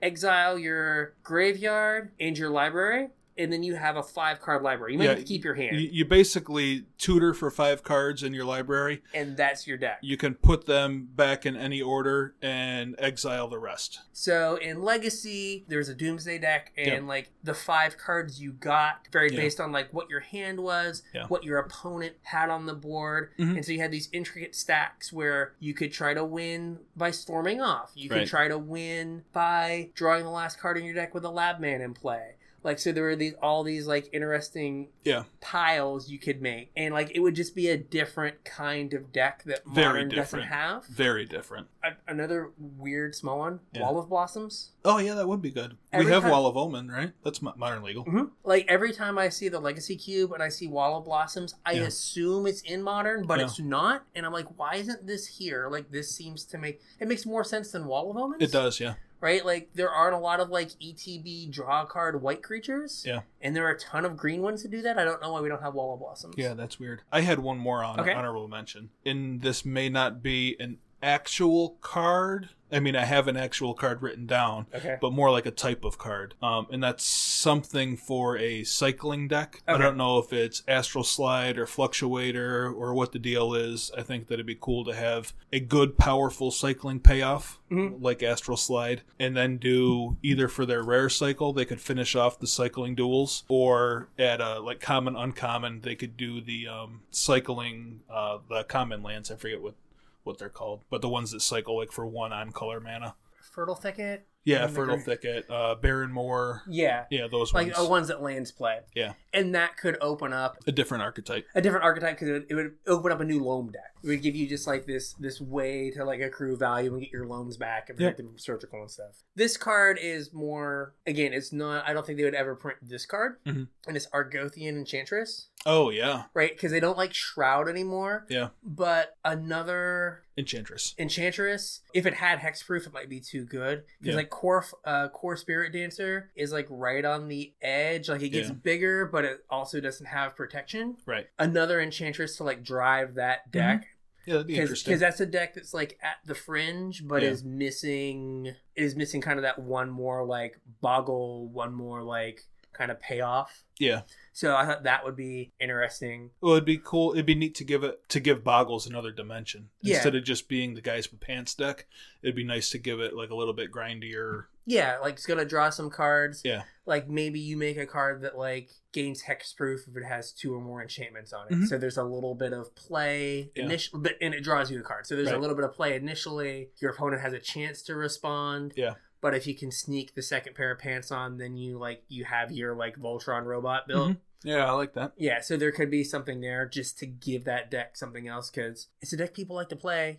S1: exile your graveyard and your library, and then you have a five card library. You might
S2: Yeah,
S1: have to keep your hand,
S2: You, you basically tutor for five cards in your library.
S1: and that's your deck.
S2: You can put them back in any order and exile the rest.
S1: So in Legacy, there's a Doomsday deck, and
S2: Yeah.
S1: like the five cards you got varied
S2: Yeah.
S1: based on like what your hand was,
S2: Yeah.
S1: what your opponent had on the board,
S2: Mhm.
S1: and so you had these intricate stacks where you could try to win by storming off. You could
S2: Right.
S1: try to win by drawing the last card in your deck with a Lab Man in play. Like so, there were these all these like interesting
S2: Yeah.
S1: piles you could make, and like it would just be a different kind of deck that
S2: Very
S1: modern doesn't
S2: different.
S1: have.
S2: Very different.
S1: A- another weird small one,
S2: Yeah.
S1: Wall of Blossoms.
S2: Oh yeah, that would be good.
S1: Every
S2: we have
S1: time-
S2: Wall of Omen, right? That's mo- modern legal.
S1: Mhm. Like every time I see the Legacy Cube and I see Wall of Blossoms, I
S2: Yeah.
S1: assume it's in modern, but
S2: Yeah.
S1: it's not. And I'm like, why isn't this here? Like this seems to make it makes more sense than Wall of Omens.
S2: It does, yeah.
S1: right? Like there aren't a lot of like ETB draw card white creatures.
S2: Yeah.
S1: and there are a ton of green ones to do that. I don't know why we don't have Wall of Blossoms.
S2: Yeah, that's weird. I had one more on
S1: Okay.
S2: honorable mention. And this may not be an actual card. I mean, I have an actual card written down,
S1: Okay.
S2: but more like a type of card. Um, and that's something for a cycling deck. I
S1: Okay.
S2: don't know if it's Astral Slide or Fluctuator or what the deal is. I think that it'd be cool to have a good, powerful cycling payoff
S1: Mhm.
S2: like Astral Slide, and then do either for their rare cycle they could finish off the cycling duels, or at uh, like common uncommon they could do the um, cycling uh, the common lands. I forget what what they're called, but the ones that cycle like for one on color mana.
S1: Fertile Thicket.
S2: Yeah,
S1: And the
S2: Fertile
S1: green-
S2: Thicket, uh, Barren Moor.
S1: Yeah,
S2: Yeah, those
S1: like uh,
S2: ones.
S1: ones that lands play,
S2: yeah,
S1: and that could open up
S2: a different archetype.
S1: a different archetype because it, would- it would open up a new loam deck. It would give you just like this this way to like accrue value and get your loans back and protect them from surgical and stuff. This card is more again, it's not. I don't think they would ever print this card,
S2: Mhm.
S1: and it's Argothian Enchantress,
S2: Oh yeah,
S1: right? Because they don't like Shroud anymore.
S2: yeah,
S1: But another
S2: Enchantress.
S1: Enchantress, if it had hexproof, it might be too good. Because
S2: Yeah.
S1: like core, f- uh, core spirit dancer is like right on the edge. Like it gets
S2: Yeah.
S1: bigger, but it also doesn't have protection
S2: Right.
S1: another enchantress to like drive that deck.
S2: Yeah, that'd be interesting.
S1: because that's a deck that's like at the fringe, but
S2: Yeah.
S1: is missing is missing kind of that one more like boggle, one more like kind of payoff.
S2: Yeah.
S1: So I thought that would be interesting.
S2: Well, it'd be cool. It'd be neat to give it to give Boggles another dimension
S1: Yeah.
S2: instead of just being the guys with pants deck. It'd be nice to give it like a little bit grindier.
S1: Yeah, like it's gonna draw some cards.
S2: Yeah.
S1: Like maybe you make a card that like gains hexproof if it has two or more enchantments on it.
S2: Mhm.
S1: So there's a little bit of play
S2: Yeah.
S1: initially, but and it draws you a card. So there's a
S2: Right.
S1: little bit of play initially. Your opponent has a chance to respond.
S2: Yeah.
S1: But if you can sneak the second pair of pants on, then you like you have your like Voltron robot built.
S2: Yeah, I like that.
S1: Yeah, so there could be something there just to give that deck something else because it's a deck people like to play.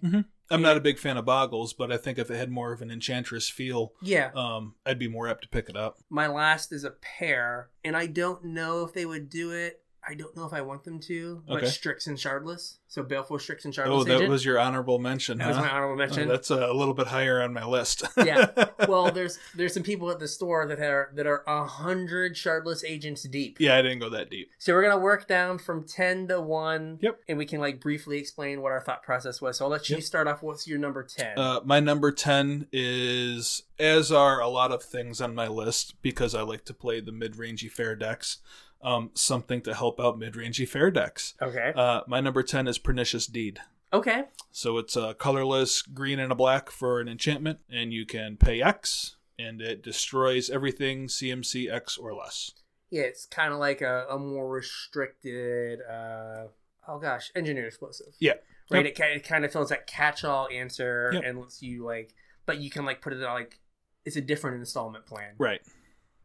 S2: I'm not a big fan of Boggles, but I think if it had more of an enchantress feel,
S1: Yeah,
S2: um, I'd be more apt to pick it up.
S1: my last is a pair, and I don't know if they would do it. I don't know if I want them to, but
S2: Okay.
S1: Strix and Shardless. So Baleful Strix and Shardless
S2: Oh, that
S1: Agent.
S2: was your honorable mention.
S1: That was
S2: huh?
S1: my honorable mention.
S2: Oh, that's a little bit higher on my list.
S1: Yeah. well, there's there's some people at the store that are that are a hundred Shardless agents deep.
S2: yeah, I didn't go that deep.
S1: So we're gonna work down from ten to one.
S2: Yep.
S1: And we can like briefly explain what our thought process was. So I'll let you
S2: Yep.
S1: start off. What's your number ten?
S2: Uh, my number 10 is, as are a lot of things on my list, because I like to play the mid rangey fair decks, um, something to help out mid rangey fair decks.
S1: okay.
S2: Uh, my number 10 is Pernicious Deed.
S1: okay.
S2: So it's a colorless green and a black for an enchantment, and you can pay X, and it destroys everything CMC X or less.
S1: Yeah, it's kind of like a, a more restricted. Uh, oh gosh, engineered explosive.
S2: Yeah.
S1: Right. It, ki- it kind of fills that catch-all answer
S2: Yep.
S1: and lets you like, but you can like put it on like it's a different installment plan,
S2: Right.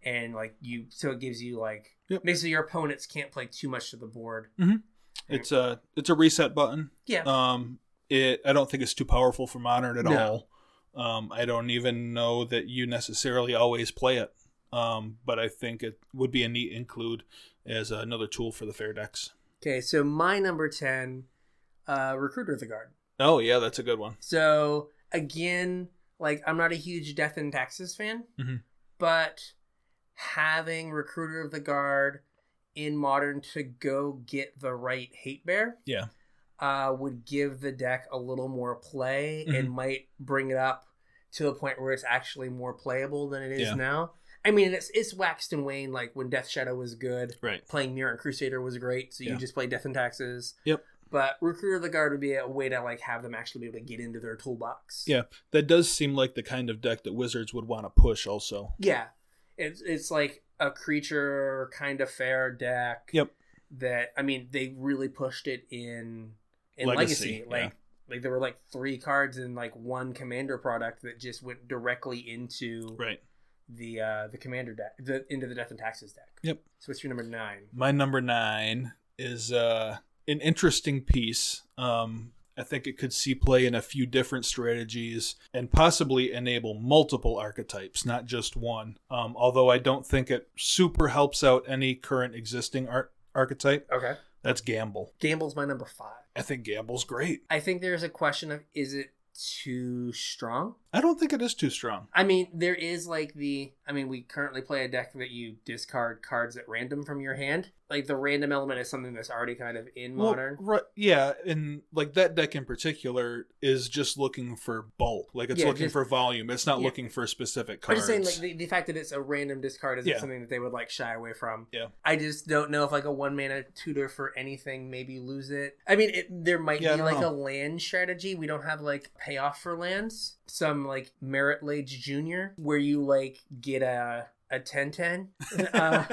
S1: and like you so it gives you like
S2: Yep.
S1: basically your opponents can't play too much to the board.
S2: It's a it's a reset button.
S1: Yeah.
S2: Um, it I don't think it's too powerful for modern at
S1: No.
S2: all. Um, I don't even know that you necessarily always play it. Um, but I think it would be a neat include as another tool for the fair decks.
S1: Okay, so my number ten, uh, recruiter of the guard.
S2: Oh yeah, that's a good one.
S1: So again, like I'm not a huge Death in Taxes fan,
S2: Mhm.
S1: but having Recruiter of the Guard in Modern to go get the right hate bear,
S2: Yeah.
S1: uh, would give the deck a little more play and
S2: Mhm.
S1: might bring it up to a point where it's actually more playable than it is
S2: Yeah.
S1: now. I mean, it's it's waxed and waned. Like when Death Shadow was good,
S2: Right.
S1: playing Mirror and Crusader was great, so you
S2: Yeah.
S1: just play Death and Taxes.
S2: Yep.
S1: But Recruiter of the Guard would be a way to like have them actually be able to get into their toolbox.
S2: Yeah. That does seem like the kind of deck that wizards would want to push also.
S1: Yeah. It's it's like a creature kind of fair deck.
S2: Yep.
S1: That I mean, they really pushed it in in
S2: Legacy,
S1: Legacy. Like like there were like three cards in like one commander product that just went directly into
S2: Right.
S1: the uh the commander deck the into the Death and Taxes deck.
S2: Yep.
S1: So it's your number nine.
S2: My number nine is uh, an interesting piece. Um, I think it could see play in a few different strategies and possibly enable multiple archetypes, not just one. Um, although I don't think it super helps out any current existing ar- archetype.
S1: Okay.
S2: That's Gamble.
S1: Gamble's my number five.
S2: I think Gamble's great.
S1: I think there's a question of is it too strong?
S2: I don't think it is too strong.
S1: I mean, there is like the. I mean, we currently play a deck that you discard cards at random from your hand. Like the random element is something that's already kind of in modern.
S2: Well, right, yeah, and like that deck in particular is just looking for bulk. Like it's
S1: Yeah,
S2: looking
S1: just-
S2: for volume. It's not
S1: yeah.
S2: looking for specific
S1: I'm
S2: cards.
S1: just saying, like the, the fact that it's a random discard isn't
S2: Yeah.
S1: something that they would like shy away from.
S2: Yeah.
S1: I just don't know if like a one mana tutor for anything maybe lose it. I mean, it, there might
S2: Yeah, I
S1: be
S2: don't
S1: like
S2: know.
S1: a land strategy. We don't have like payoff for lands. Some like Merit Lage Junior, where you like get a a ten ten, uh,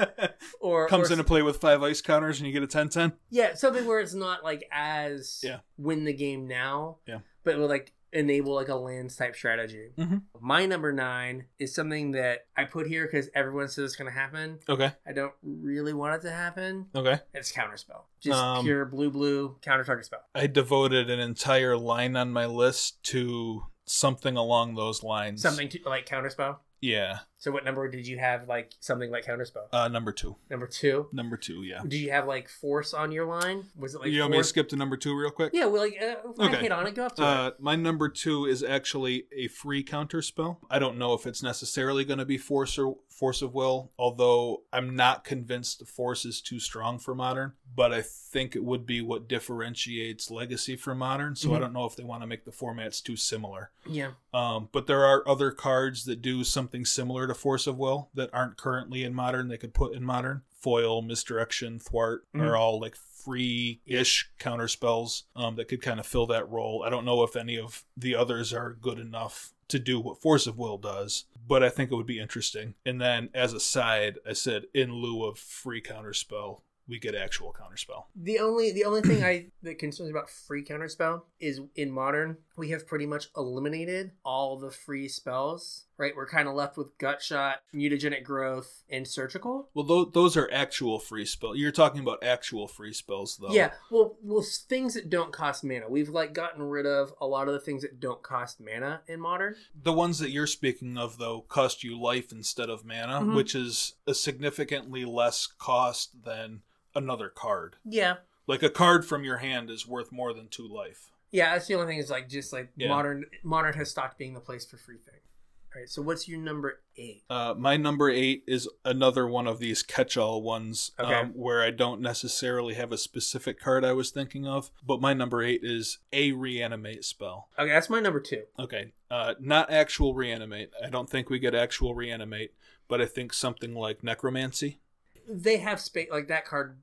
S1: or
S2: comes
S1: or
S2: into play with five ice counters and you get a 10 10
S1: Yeah, something where it's not like as
S2: Yeah.
S1: win the game now.
S2: Yeah.
S1: But it will like enable like a lands type strategy.
S2: Mhm.
S1: My number nine is something that I put here because everyone says it's gonna happen.
S2: okay
S1: I don't really want it to happen.
S2: okay
S1: It's counterspell. Just
S2: Um,
S1: pure blue blue counter target spell.
S2: i devoted an entire line on my list to something along those lines
S1: Something to, like counterspell.
S2: yeah
S1: So what number did you have like something like counterspell?
S2: uh number two
S1: number two.
S2: number two yeah
S1: Do you have like force on your line? Was it like
S2: you want me to
S1: force?
S2: skip to number two real quick
S1: Yeah, well, like uh, I
S2: Okay.
S1: hit on it. Go up to it.
S2: Uh, my number two is actually a free counter spell. I don't know if it's necessarily going to be force or force of will, although I'm not convinced the force is too strong for modern. but I think it would be what differentiates Legacy from Modern. So I
S1: Mhm.
S2: don't know if they want to make the formats too similar.
S1: Yeah.
S2: Um, but there are other cards that do something similar to Force of Will that aren't currently in Modern. They could put in Modern. Foil, Misdirection, Thwart are all like free-ish counter spells um, that could kind of fill that role. I don't know if any of the others are good enough to do what Force of Will does, but I think it would be interesting. And then, as a side, I said in lieu of free counter spell, we get actual counter spell.
S1: The only the only thing I that concerns about free counterspell is in modern we have pretty much eliminated all the free spells. Right, we're kind of left with gut shot, mutagenic growth, and surgical.
S2: Well, tho- those are actual free spell. You're talking about actual free spells, though.
S1: Yeah, well, well, things that don't cost mana. We've like gotten rid of a lot of the things that don't cost mana in modern.
S2: The ones that you're speaking of, though, cost you life instead of mana,
S1: Mhm.
S2: which is a significantly less cost than another card.
S1: Yeah,
S2: Like a card from your hand is worth more than two life.
S1: yeah. That's the only thing is like just like
S2: Yeah.
S1: modern. Modern has stopped being the place for free thing. All right, so what's your number eight?
S2: Uh, my number eight is another one of these catch-all ones
S1: Okay.
S2: um, where I don't necessarily have a specific card I was thinking of, but my number eight is a reanimate spell.
S1: Okay, that's my number two.
S2: Okay. Uh, not actual reanimate. I don't think we get actual reanimate, but I think something like necromancy.
S1: They have space like that card.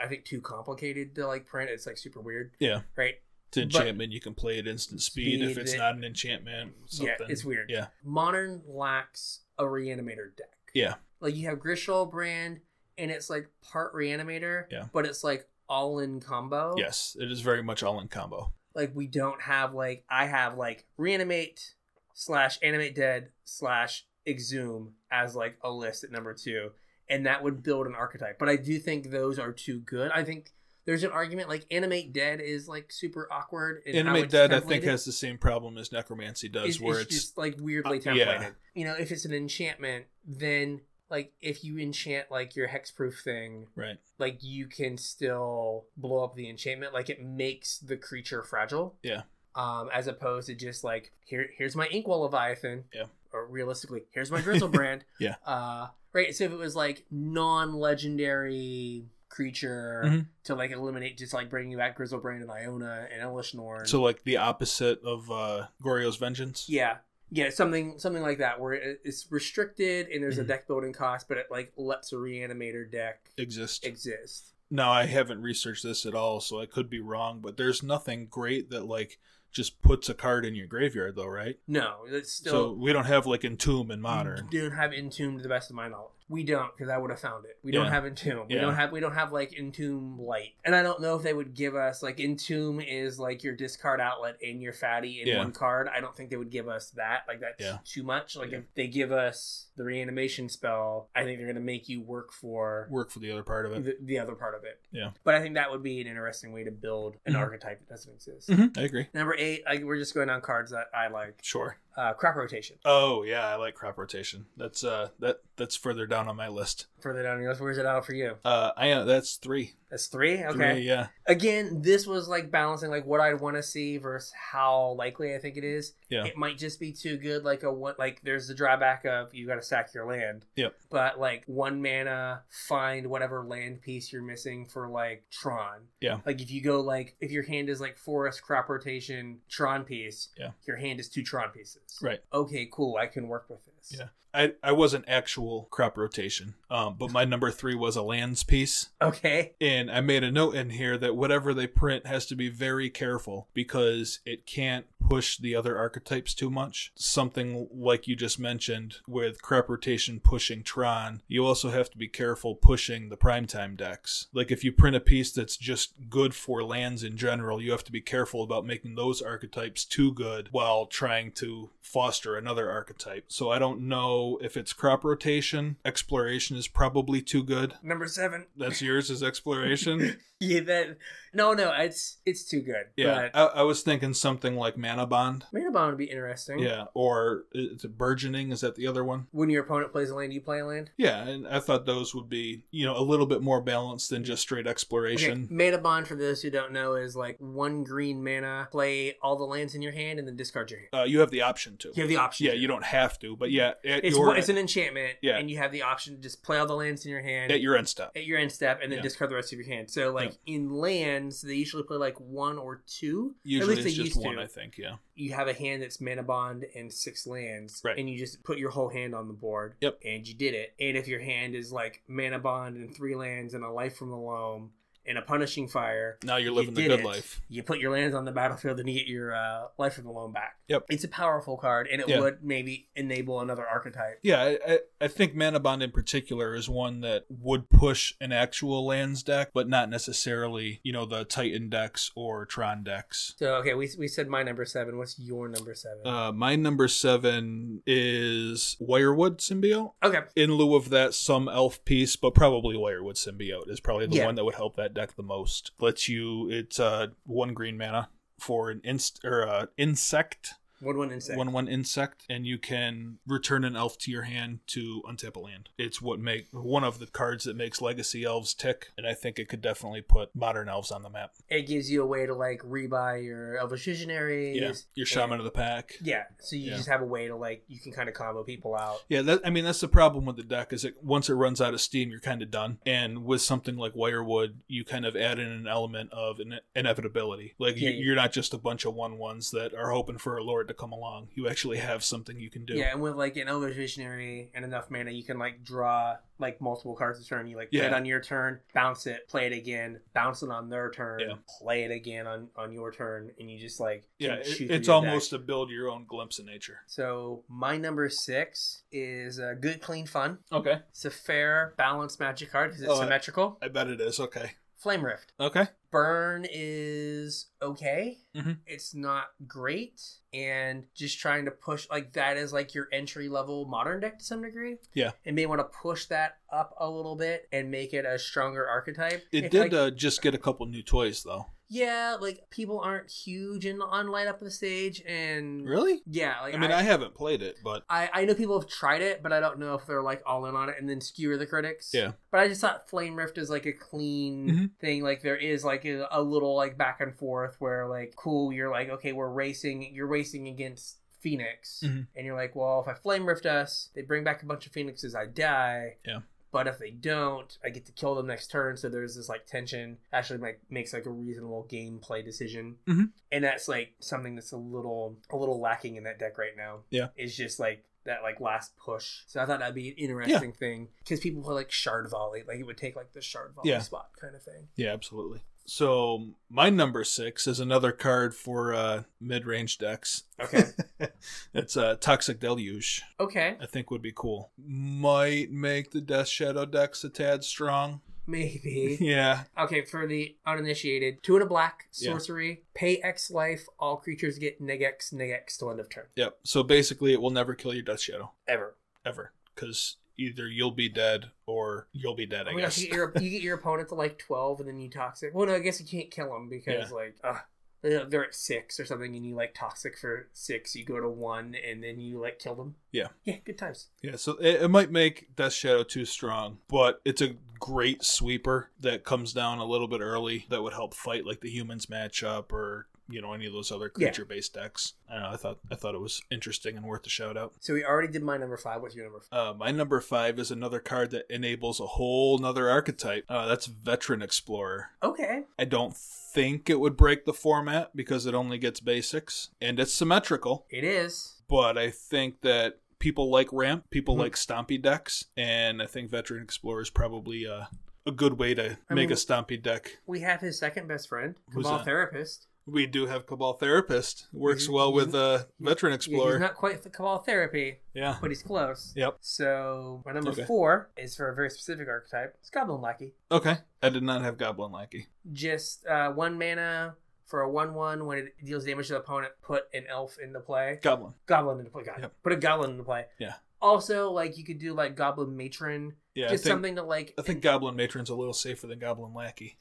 S1: I think too complicated to like print. It's like super weird,
S2: Yeah.
S1: right?
S2: It's an
S1: But-
S2: enchantment. you can play at instant speed, if
S1: Speed,
S2: it's
S1: it-
S2: not an enchantment. Something.
S1: Yeah, it's weird.
S2: Yeah.
S1: Modern lacks a reanimator deck.
S2: Yeah.
S1: Like you have Grishol brand, and it's like part reanimator.
S2: Yeah.
S1: but it's like all in combo.
S2: Yes. It is very much all in combo.
S1: like we don't have like I have like reanimate slash animate dead slash exhume as like a list at number two, and that would build an archetype. But I do think those are too good. I think there's an argument like animate dead is like super awkward. in how
S2: Animate
S1: it's
S2: Dead, I think,
S1: templated.
S2: has the same problem as necromancy does,
S1: It's-
S2: where
S1: it's
S2: it's.
S1: just like weirdly
S2: uh,
S1: templated.
S2: yeah.
S1: You know, if it's an enchantment, then like if you enchant like your hexproof thing,
S2: Right.
S1: like you can still blow up the enchantment like it makes the creature fragile
S2: Yeah.
S1: um as opposed to just like here here's my inkwell leviathan
S2: Yeah.
S1: or realistically here's my grizzle brand
S2: Yeah.
S1: uh right so if it was like non-legendary creature
S2: Mhm.
S1: to like eliminate just like bringing back grizzle brand and iona and elishnorn
S2: So, like the opposite of uh, Gorio's Vengeance.
S1: yeah yeah something something like that where it, it's restricted and there's
S2: Mhm.
S1: a deck building cost but it like lets a reanimator deck
S2: Exist.
S1: exist
S2: Now, I haven't researched this at all, so I could be wrong, but there's nothing great that, like, just puts a card in your graveyard, though, right?
S1: no it's still
S2: so we don't have like Entomb and Modern.
S1: We don't have Entomb to the best of my knowledge. We don't, because I would have found it. We
S2: Yeah.
S1: don't have Entomb. We
S2: Yeah.
S1: don't have we don't have like Entomb Light. And I don't know if they would give us like Entomb is like your discard outlet and your fatty in
S2: Yeah.
S1: one card. I don't think they would give us that. Like that's
S2: Yeah.
S1: too much. Like
S2: Yeah.
S1: if they give us the reanimation spell, I think they're gonna make you work for
S2: Work for the other part of it.
S1: the, the other part of it.
S2: Yeah.
S1: But I think that would be an interesting way to build an
S2: Mhm.
S1: archetype that doesn't exist.
S2: Mhm, I agree.
S1: Number eight, I, we're just going on cards that I like.
S2: Sure.
S1: Uh, crop rotation.
S2: Oh yeah, I like crop rotation. That's uh that that's further down on my list.
S1: Further down your list, where's it out for you?
S2: Uh I uh, that's three.
S1: That's three. Okay.
S2: Three, yeah.
S1: again this was like balancing like what i want to see versus how likely i think it is
S2: Yeah.
S1: it might just be too good like a one like there's the drawback of you got to sack your land
S2: Yep.
S1: but like one mana find whatever land piece you're missing for like tron
S2: Yeah.
S1: like if you go like if your hand is like forest crop rotation tron piece
S2: Yeah.
S1: your hand is two tron pieces
S2: Right.
S1: okay cool i can work with this
S2: Yeah. I I wasn't actual crop rotation. Um but my number three was a lands piece.
S1: okay
S2: And I made a note in here that whatever they print has to be very careful because it can't push the other archetypes too much. Something like you just mentioned with crop rotation pushing Tron, you also have to be careful pushing the primetime decks. Like if you print a piece that's just good for lands in general, you have to be careful about making those archetypes too good while trying to foster another archetype. So I don't know if it's crop rotation. Exploration is probably too good.
S1: number seven
S2: That's yours is exploration.
S1: yeah, that no, no, it's it's too good.
S2: Yeah, I, I was thinking something like Manabond.
S1: but Manabon would be interesting.
S2: Yeah, or it's burgeoning. Is that the other one?
S1: When your opponent plays a land, you play a land.
S2: Yeah, and I thought those would be you know a little bit more balanced than just straight
S1: Okay,
S2: exploration.
S1: mana bond for those who don't know is like one green mana, play all the lands in your hand, and then discard your hand.
S2: Uh, you have the option to.
S1: You have the option.
S2: yeah,
S1: to.
S2: you don't have to, but yeah, at
S1: It's
S2: your
S1: one- it's an enchantment,
S2: Yeah.
S1: and you have the option to just play all the lands in your hand
S2: at your end stop.
S1: at your end step, and then
S2: Yeah.
S1: discard the rest of your hand. So like in lands, they usually play like one or two.
S2: Usually
S1: at least
S2: it's
S1: they
S2: just
S1: used
S2: one,
S1: to.
S2: I think. Yeah.
S1: you have a hand that's mana bond and six lands,
S2: Right.
S1: and you just put your whole hand on the board.
S2: Yep.
S1: And you did it. And if your hand is like mana bond and three lands and a life from the loam and a punishing fire,
S2: Now you're living the
S1: did
S2: good
S1: it.
S2: life.
S1: You put your lands on the battlefield and you get your uh, life from the loam back.
S2: Yep.
S1: It's a powerful card, and it
S2: Yeah.
S1: would maybe enable another archetype.
S2: Yeah, I, I, I think Manabond in particular is one that would push an actual lands deck, but not necessarily, you know, the Titan decks or Tron decks.
S1: So okay, we, we said my number seven. What's your number seven?
S2: Uh, my number seven is Wirewood Symbiote.
S1: okay.
S2: In lieu of that, some elf piece, but probably Wirewood Symbiote is probably the
S1: Yeah.
S2: one that would help that deck the most. Lets you, it's uh, one green mana for an inst or uh, insect,
S1: One one insect.
S2: one one insect, and you can return an elf to your hand to untap a land. It's what make one of the cards that makes legacy elves tick, and I think it could definitely put modern elves on the map.
S1: It gives you a way to like rebuy your elvish visionaries.
S2: Yeah, your shaman of the pack.
S1: Yeah, so you
S2: Yeah.
S1: just have a way to like you can kind of combo people out.
S2: Yeah, that, I mean that's the problem with the deck is it once it runs out of steam, you're kind of done. And with something like Wirewood, you kind of add in an element of ine- inevitability. Like
S1: Yeah,
S2: you,
S1: yeah.
S2: you're not just a bunch of one ones that are hoping for a lord to come along. You actually have something you can do.
S1: Yeah, and with like an Elvish Visionary and enough mana, you can like draw like multiple cards a turn. You like play it
S2: Yeah.
S1: on your turn, bounce it, play it again, bounce it on their turn,
S2: Yeah.
S1: play it again on on your turn, and you just like can
S2: Yeah,
S1: chew
S2: it,
S1: through
S2: it's
S1: your
S2: almost
S1: deck.
S2: a build your own glimpse of nature.
S1: So my number six is uh, good, clean, fun.
S2: Okay,
S1: It's a fair, balanced magic card because it's
S2: Oh, I-
S1: symmetrical.
S2: I bet it is. Okay,
S1: Flame Rift.
S2: okay.
S1: Burn is okay.
S2: Mhm.
S1: It's not great. And just trying to push, like, that is like your entry level modern deck to some degree.
S2: Yeah.
S1: And may want to push that up a little bit and make it a stronger archetype.
S2: It
S1: It's
S2: did
S1: like-
S2: uh, just get a couple new toys though.
S1: yeah, like, people aren't huge in, on Light Up the Stage. And
S2: Really?
S1: yeah, Mm. like,
S2: I mean, I, haven't played it, but
S1: I, I know people have tried it, but I don't know if they're like all in on it and then skewer the critics.
S2: Yeah.
S1: But I just thought Flame Rift is like a clean
S2: Mhm.
S1: thing. Like there is like a, a little like back and forth where like cool, you're like okay, we're racing. You're racing against Phoenix,
S2: Mhm.
S1: and you're like, well, if I Flame Rift us, they bring back a bunch of Phoenixes, I die.
S2: Yeah.
S1: But if they don't, I get to kill them next turn. So there's this like tension. Actually, like makes like a reasonable gameplay decision,
S2: Mhm.
S1: and that's like something that's a little a little lacking in that deck right now is just like that like last push. So I thought that'd be an interesting thing because people play like shard volley, like it would take like the shard volley
S2: Yeah.
S1: spot kind of thing.
S2: yeah, absolutely. So my number six is another card for uh, mid range decks.
S1: Okay,
S2: it's a uh, toxic deluge.
S1: okay,
S2: I think would be cool. Might make the Death Shadow decks a tad strong.
S1: maybe.
S2: Yeah,
S1: Okay, for the uninitiated, two and a black
S2: Yeah.
S1: sorcery, pay X life. All creatures get neg X, neg X till end of turn.
S2: yep. So basically, it will never kill your Death Shadow
S1: Ever.
S2: ever, because either you'll be dead or you'll be dead.
S1: Oh
S2: I
S1: my gosh,
S2: guess.
S1: you get, your, you get your opponent to like twelve, and then you toxic. Well, no, I guess you can't kill them because like. Ugh. they're- They're at six or something, and you like toxic for six. You go to one, and then you like kill them.
S2: Yeah.
S1: yeah, good times.
S2: Yeah, so it, it might make Death Shadow too strong, but it's a great sweeper that comes down a little bit early that would help fight like the humans matchup or you know any of those other
S1: Yeah.
S2: creature based decks. I don't know. I thought I thought it was interesting and worth a shout out.
S1: So we already did my number five. What's your number five?
S2: Uh, my number five is another card that enables a whole nother archetype. Uh, that's Veteran Explorer.
S1: Okay.
S2: I don't think it would break the format because it only gets basics and it's symmetrical,
S1: It is.
S2: but I think that people like ramp, people
S1: Mhm.
S2: like stompy decks, and I think Veteran Explorer is probably a, a good way to
S1: I
S2: make
S1: mean-
S2: a stompy deck.
S1: We have his second best friend,
S2: Who's
S1: Cabal
S2: that?
S1: Therapist.
S2: We do have Cabal Therapist. Works
S1: He's-
S2: well
S1: he's-
S2: with uh,
S1: Mm-hmm.
S2: Veteran
S1: Yeah,
S2: Explorer.
S1: He's not quite the Cabal Therapy,
S2: yeah.
S1: but he's close.
S2: Yep.
S1: So my number
S2: Okay.
S1: four is for a very specific archetype. It's Goblin Lackey.
S2: Okay. I did not have Goblin Lackey.
S1: Just uh, one mana for a one-one. When it deals damage to the opponent, put an elf into play.
S2: Goblin.
S1: Goblin into play. God.
S2: Yep.
S1: Put a goblin into play.
S2: Yeah.
S1: Also, like you could do like Goblin Matron,
S2: Yeah. I
S1: just
S2: think,
S1: something to like.
S2: I think Goblin Matron's a little safer than Goblin Lackey.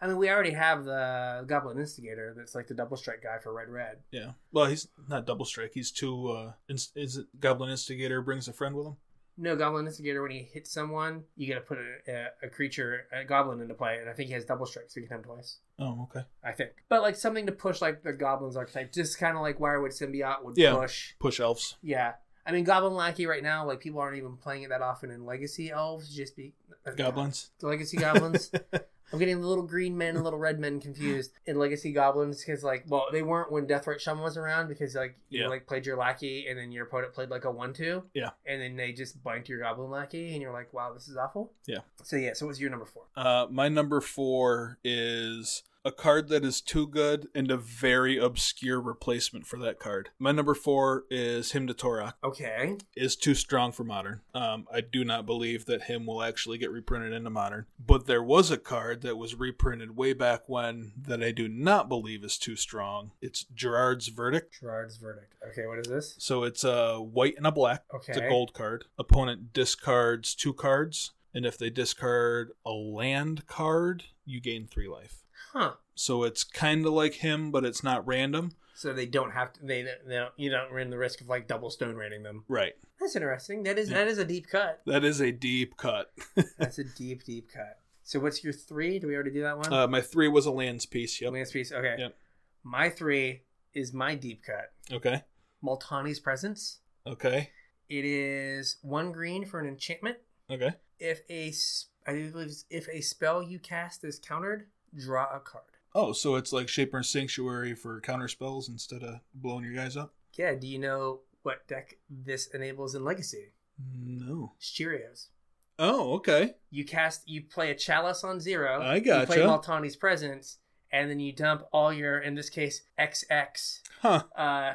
S1: I mean, we already have the Goblin Instigator. That's like the double strike guy for Red Red.
S2: Yeah. Well, he's not double strike. He's two. Uh, ins- is it Goblin Instigator brings a friend with him?
S1: No, Goblin Instigator. When he hits someone, you got to put a, a, a creature, a goblin, into play, and I think he has double strike, so you can have him twice.
S2: Oh, okay.
S1: I think, but like something to push like the Goblin's archetype, just kind of like Wirewood Symbiote would
S2: Yeah.
S1: push.
S2: Push elves.
S1: Yeah, I mean Goblin Lackey right now, like people aren't even playing it that often in Legacy Elves. Just be uh,
S2: Goblins.
S1: The Legacy Goblins. I'm getting the little green men and little red men confused in Legacy Goblins because, like, well, they weren't when Deathrite Shaman was around because, like, you
S2: Yeah.
S1: like played your lackey and then your opponent played like a one-two.
S2: Yeah.
S1: And then they just blanked your Goblin lackey and you're like, wow, this is awful.
S2: Yeah.
S1: So yeah, so what's your number four?
S2: Uh, my number four is a card that is too good and a very obscure replacement for that card. My number four is Him to Torok.
S1: Okay.
S2: Is too strong for modern. Um, I do not believe that him will actually get reprinted into modern. But there was a card that was reprinted way back when that I do not believe is too strong. It's Gerard's Verdict.
S1: Gerard's verdict. Okay, what is this?
S2: So it's a white and a black.
S1: Okay.
S2: It's a gold card. Opponent discards two cards, and if they discard a land card, you gain three life.
S1: Huh.
S2: So it's kind of like him, but it's not random.
S1: So they don't have to. They, they don't, you don't run the risk of like double stone rating them.
S2: Right.
S1: That's interesting. That is
S2: Yeah.
S1: that is a deep cut.
S2: That is a deep cut.
S1: That's a deep deep cut. So what's your three? Do we already do that one?
S2: Uh, my three was a lands piece. Yep.
S1: Lance piece. Okay.
S2: Yep.
S1: My three is my deep cut.
S2: Okay.
S1: Multani's presence.
S2: Okay.
S1: It is one green for an enchantment.
S2: Okay.
S1: If a s- I do believe it's if a spell you cast is countered, draw a card.
S2: Oh, so it's like Shaper and Sanctuary for counter spells instead of blowing your guys up?
S1: Yeah. Do you know what deck this enables in Legacy?
S2: No.
S1: It's Cheerios.
S2: Oh, okay.
S1: You cast. You play a Chalice on zero.
S2: I
S1: You play
S2: gotcha.
S1: Multani's presence, and then you dump all your in this case XX
S2: Huh.
S1: uh,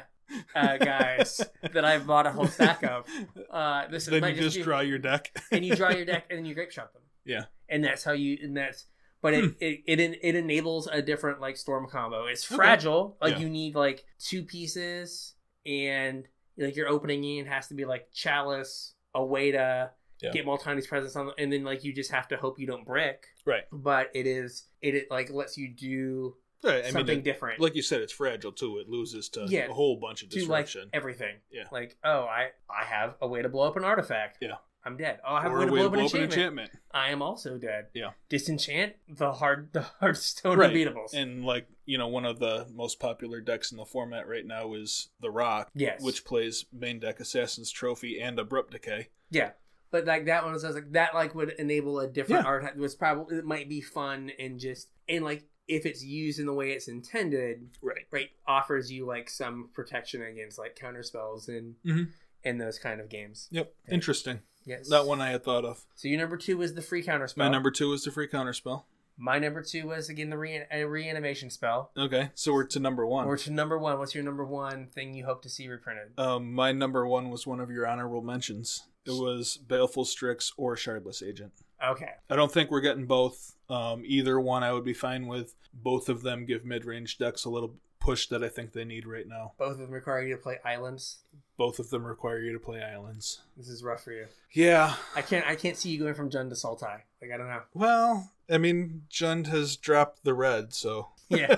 S1: uh, guys that I bought a whole stack of. Uh, this
S2: then
S1: might
S2: you just
S1: be-
S2: draw your deck.
S1: and you draw your deck and then you grape shot them.
S2: Yeah.
S1: And that's how you and that's but it,
S2: Hmm.
S1: it, it en- it enables a different like storm combo. It's
S2: Okay.
S1: fragile. Like
S2: Yeah.
S1: you need like two pieces and like your opening in has to be like chalice, a way to
S2: Yeah.
S1: get Multani's presence on and then like you just have to hope you don't brick.
S2: Right.
S1: But it is it, it like lets you do
S2: Right. I mean,
S1: something
S2: it-
S1: different.
S2: like you said, it's fragile too. It loses to
S1: Yeah.
S2: a whole bunch of
S1: to like
S2: disruption.
S1: everything.
S2: Yeah.
S1: Like, oh I I have a way to blow up an artifact.
S2: Yeah.
S1: I'm dead. Oh I have
S2: Or
S1: a way to blow up an
S2: blow
S1: enchantment.
S2: enchantment.
S1: I am also dead.
S2: Yeah.
S1: Disenchant the hard the hard stone
S2: Right.
S1: unbeatables.
S2: And like you know, one of the most popular decks in the format right now is the Rock,
S1: yes.
S2: which plays main deck Assassin's Trophy and Abrupt Decay.
S1: yeah. But like that one was I was like that like would enable a different
S2: Yeah.
S1: art it was probably it might be fun and just and like if it's used in the way it's intended,
S2: Right.
S1: right, offers you like some protection against like counter spells and
S2: Mhm.
S1: and those kind of games.
S2: Yep.
S1: Okay.
S2: Interesting.
S1: Yes.
S2: That one I had thought of.
S1: So your number two was the free counter
S2: My
S1: spell.
S2: number two is the free counter spell.
S1: My number two was again the re- a reanimation spell.
S2: Okay, so we're to number one.
S1: Or to number one, what's your number one thing you hope to see reprinted?
S2: um, my number one was one of your honorable mentions. It was Baleful Strix or Shardless Agent.
S1: Okay.
S2: I don't think we're getting both. Um, either one I would be fine with. Both of them give mid range decks a little push that I think they need right now.
S1: Both of them require you to play islands.
S2: Both of them require you to play islands.
S1: This is rough for you.
S2: Yeah.
S1: I can't. I can't see you going from Jund to Sultai. Like I don't know.
S2: Well, I mean, Jund has dropped the red, so
S1: Yeah,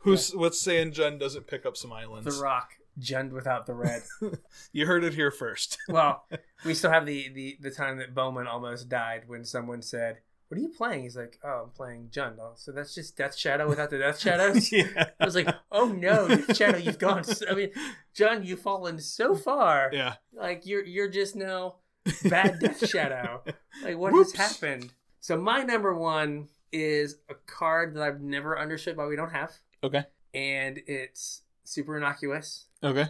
S2: who's what's saying Jund doesn't pick up some
S1: the
S2: islands?
S1: Rock Jund without the red.
S2: You heard it here first.
S1: Well, we still have the the the time that Bowman almost died when someone said, "What are you playing?" He's like, "Oh, I'm playing Jund." Oh, so that's just Death Shadow without the Death Shadows.
S2: yeah.
S1: I was like, "Oh no, Death Shadow, you've gone." So, I mean, Jund, you've fallen so far.
S2: yeah.
S1: Like you're you're just now bad Death Shadow. Like what
S2: Whoops.
S1: has happened? So my number one is a card that I've never understood why we don't have.
S2: Okay.
S1: And it's super innocuous.
S2: Okay.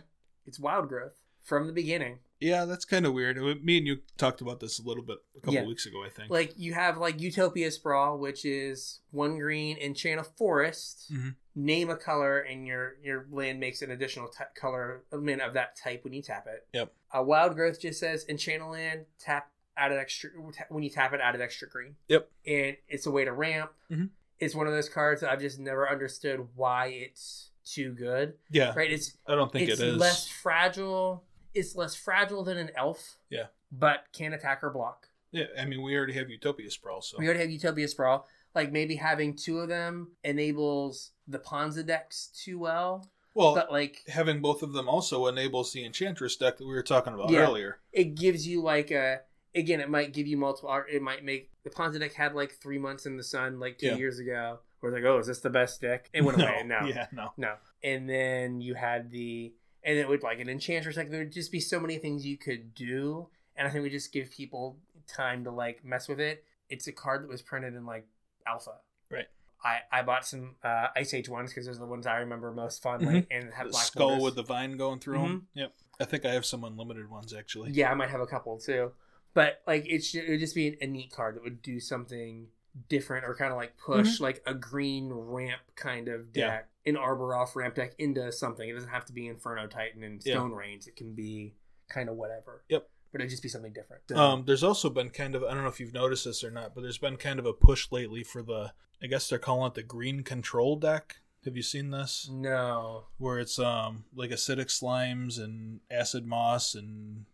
S1: It's wild growth from the beginning.
S2: Yeah, that's kind of weird. It- Me and you talked about this a little bit a couple
S1: Yeah.
S2: weeks ago, I think.
S1: Like you have like Utopia Sprawl, which is one green and chain a forest.
S2: Mhm.
S1: Name a color, and your your land makes an additional t- color I mean, of that type when you tap it.
S2: Yep.
S1: Uh, wild growth just says enchant a land, tap out an extra ta- when you tap it out of extra green.
S2: Yep.
S1: And it's a way to ramp.
S2: Mhm.
S1: It's one of those cards that I've just never understood why it's too good.
S2: yeah,
S1: Right? It's
S2: I don't think
S1: it's
S2: it is.
S1: less fragile. It's less fragile than an elf.
S2: Yeah.
S1: But can attack or block.
S2: Yeah, I mean, we already have Utopia Sprawl, so
S1: We already have Utopia Sprawl. like maybe having two of them enables the Ponza decks too well.
S2: Well,
S1: But like
S2: having both of them also enables the Enchantress deck that we were talking about
S1: Yeah.
S2: earlier.
S1: it gives you like a again it might give you multiple ar- it might make the Ponza deck had like three months in the sun like two
S2: Yeah.
S1: years ago where it's like oh is this the best deck it went away no
S2: Yeah, no.
S1: no and then you had the and it would like an enchantress like there'd just be so many things you could do and I think we just give people time to like mess with it it's a card that was printed in like alpha
S2: Right.
S1: I, I bought some uh, Ice Age ones because those are the ones I remember most fondly and had
S2: Mm-hmm.
S1: black
S2: The
S1: Mm-hmm.
S2: skull
S1: borders.
S2: with the vine going through them. Yep. I think I have some unlimited ones actually.
S1: Yeah, I might have a couple too. But like it, should, it would just be an, a neat card that would do something different or kind of like push like a green ramp kind of
S2: Mm-hmm. Yeah.
S1: deck, an arbor off ramp deck into something. It doesn't have to be Inferno Titan and
S2: Yeah.
S1: Stone Range. It can be kind of whatever.
S2: Yep.
S1: But it'd just be something different.
S2: Um, there's also been kind of I don't know if you've noticed this or not, but there's been kind of a push lately for the I guess they're calling it the green control deck. Have you seen
S1: Mm.
S2: this?
S1: no.
S2: Where it's um like acidic slimes and acid moss and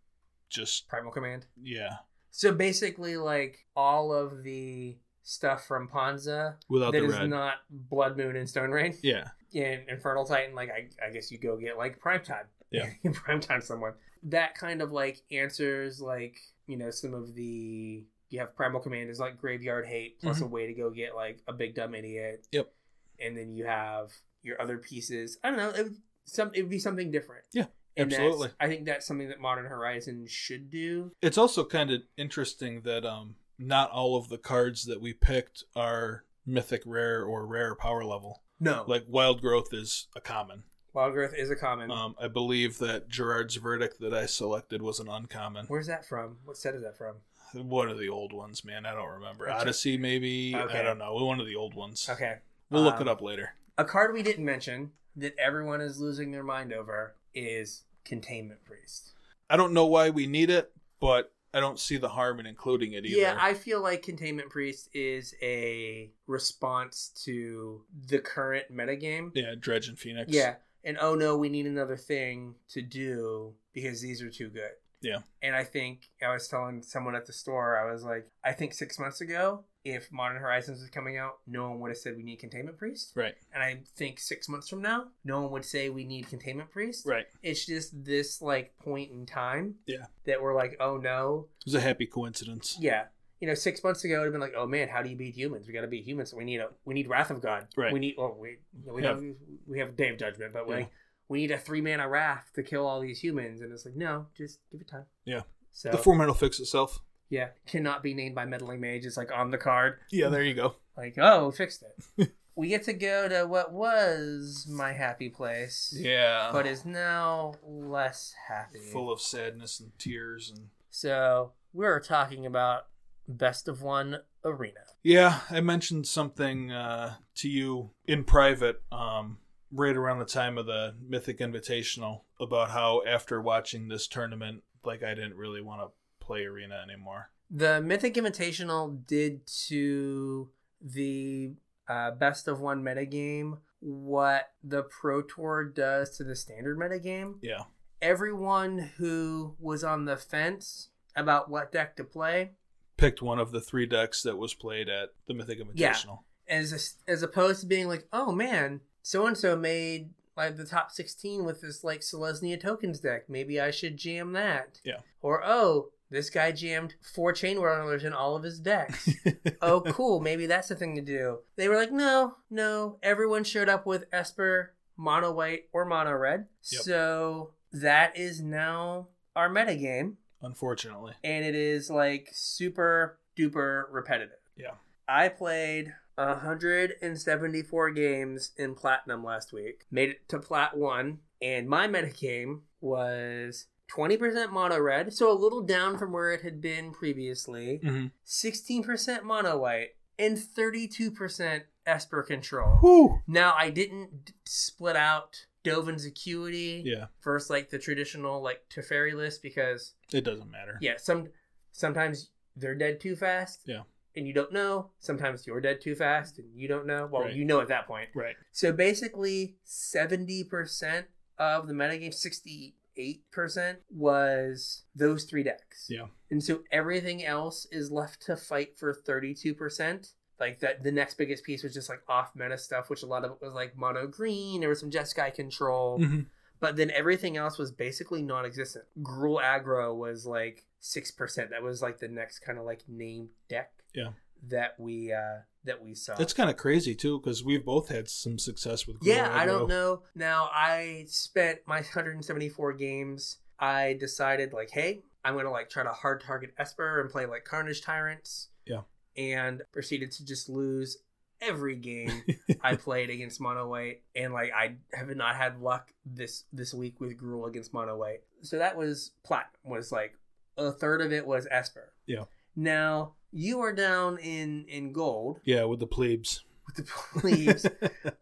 S2: just
S1: Primal Command.
S2: yeah
S1: So basically, like all of the stuff from Ponza
S2: without
S1: that
S2: the
S1: is
S2: red.
S1: not Blood Moon and Stone Rain.
S2: yeah,
S1: in Infernal Titan, like I, I guess you go get like primetime.
S2: Yeah.
S1: primetime someone. That kind of like answers like, you know, some of the you have Primal Command is like graveyard hate plus a way to go get like a big dumb idiot.
S2: Mm-hmm. Yep.
S1: And then you have your other pieces. I don't know, it would some it would be something different.
S2: Yeah,
S1: And that's-
S2: absolutely.
S1: I think that's something that Modern Horizon should do.
S2: It's also kind of interesting that um not all of the cards that we picked are mythic rare or rare power level.
S1: No. Like
S2: Like wild growth is a common.
S1: Wild Growth is a common.
S2: Um, I believe that Gerard's verdict that I selected was an uncommon.
S1: Where's that from? What set is that from?
S2: One of the old ones, man. I don't remember.
S1: Okay.
S2: Odyssey, maybe.
S1: Okay.
S2: I don't know. One of the old ones.
S1: Okay.
S2: We'll look
S1: Um,
S2: it up later.
S1: A card we didn't mention that everyone is losing their mind over is Containment Priest.
S2: I don't know why we need it, but I don't see the harm in including it either.
S1: Yeah, I feel like Containment Priest is a response to the current metagame.
S2: yeah, Dredge and Phoenix.
S1: Yeah. And oh no, we need another thing to do because these are too good.
S2: Yeah.
S1: And I think I was telling someone at the store, I was like, I think six months ago, if Modern Horizons was coming out, no one would have said we need Containment Priest.
S2: Right.
S1: And I think six months from now, no one would say we need Containment Priest.
S2: Right.
S1: it's just this like point in time
S2: Yeah.
S1: that we're like oh no
S2: It was a happy coincidence.
S1: yeah you know six months ago it would have been like oh man how do you beat humans we got to beat humans we need a we need wrath of god
S2: Right.
S1: we need oh we, we
S2: Yeah.
S1: have we have day of judgment but
S2: Yeah.
S1: like we need a three mana wrath to kill all these humans and it's like no just give it time
S2: Yeah.
S1: so
S2: The format will fix itself.
S1: yeah cannot be named by meddling mage it's like on the card
S2: Yeah, there you go.
S1: like oh we fixed it we get to go to what was my happy place
S2: Yeah.
S1: but is now less happy
S2: full of sadness and tears and
S1: So we're talking about best of one arena.
S2: yeah i mentioned something uh, to you in private um, right around the time of the mythic invitational about how after watching this tournament like i didn't really want to play arena anymore
S1: The Mythic Invitational did to the uh, best of one metagame what the Pro Tour does to the standard metagame.
S2: yeah
S1: Everyone who was on the fence about what deck to play,
S2: picked one of the three decks that was played at the mythic invitational
S1: as as opposed to being like, oh man, so and so made like the top sixteen with this like Selesnya tokens deck. Maybe I should jam that.
S2: Yeah.
S1: Or oh, this guy jammed four chain runners in all of his decks. oh cool, maybe that's the thing to do. They were like, no, no. Everyone showed up with Esper mono white or mono red.
S2: Yep.
S1: So that is now our metagame
S2: unfortunately
S1: and it is like super duper repetitive.
S2: Yeah.
S1: I played 174 games in platinum last week, made it to plat one, and my metagame was 20% mono red, so a little down from where it had been previously,
S2: mm-hmm.
S1: 16% mono white, and 32% Esper control.
S2: Whew.
S1: Now, I didn't d- split out Dovin's Acuity
S2: yeah
S1: versus like the traditional like Teferi list because
S2: it doesn't matter
S1: yeah some sometimes they're dead too fast
S2: Yeah.
S1: and you don't know sometimes you're dead too fast and you don't know well
S2: Right.
S1: you know at that point
S2: right
S1: so basically 70% of the metagame 68% was those three decks
S2: Yeah.
S1: and so everything else is left to fight for 32% Like that, the next biggest piece was just like off meta stuff, which a lot of it was like mono green. There was some Jeskai control,
S2: Mhm.
S1: but then everything else was basically non-existent. Gruul aggro was like six percent. That was like the next kind of like named deck.
S2: Yeah.
S1: That we uh that we saw.
S2: That's kind of crazy too, because we've both had some success with.
S1: Yeah,
S2: Guru
S1: I don't
S2: Aggro.
S1: know. Now I spent my 174 games. I decided like, hey, I'm gonna like try to hard target Esper and play like Carnage Tyrants.
S2: Yeah.
S1: And proceeded to just lose every game I played against Mono White, and like I have not had luck this this week with Gruul against Mono White. So that was platinum. Was like a third of it was Esper.
S2: Yeah.
S1: Now you are down in in gold
S2: Yeah, with the plebes.
S1: with the plebes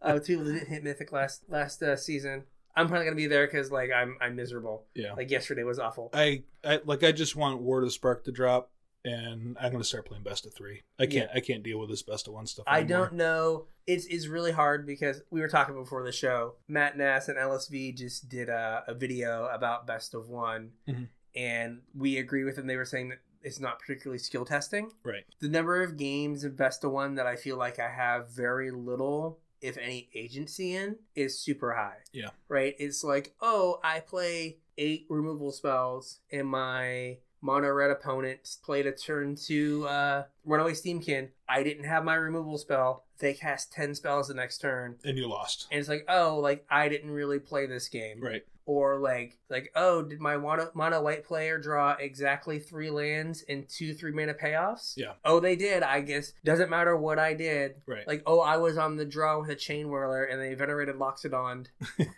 S1: uh, two people that didn't hit mythic last last uh, season. I'm probably gonna be there because like I'm I'm miserable.
S2: yeah,
S1: Like yesterday was awful.
S2: I, I like. I just want War to Spark to drop, and I'm gonna start playing best of three. I can't. I can't deal with this best of one stuff.
S1: I
S2: anymore.
S1: don't know. It's is really hard because we were talking before the show. Matt Nass and LSV just did a, a video about best of one,
S2: Mhm.
S1: and we agree with them. They were saying that it's not particularly skill testing.
S2: Right.
S1: The number of games of best of one that I feel like I have very little, if any, agency in is super high.
S2: Yeah.
S1: Right? It's like, oh, I play eight removal spells and my mono red opponent played a turn to uh, Runaway Steamkin. I didn't have my removal spell. They cast 10 spells the next turn.
S2: And you lost.
S1: And it's like, oh, like I didn't really play this game
S2: Right.
S1: or like like oh did my mono, mono white player draw exactly three lands and two three mana payoffs
S2: Yeah.
S1: oh they did i guess doesn't matter what i did
S2: Right.
S1: like oh i was on the draw with a chain whirler and they venerated loxodon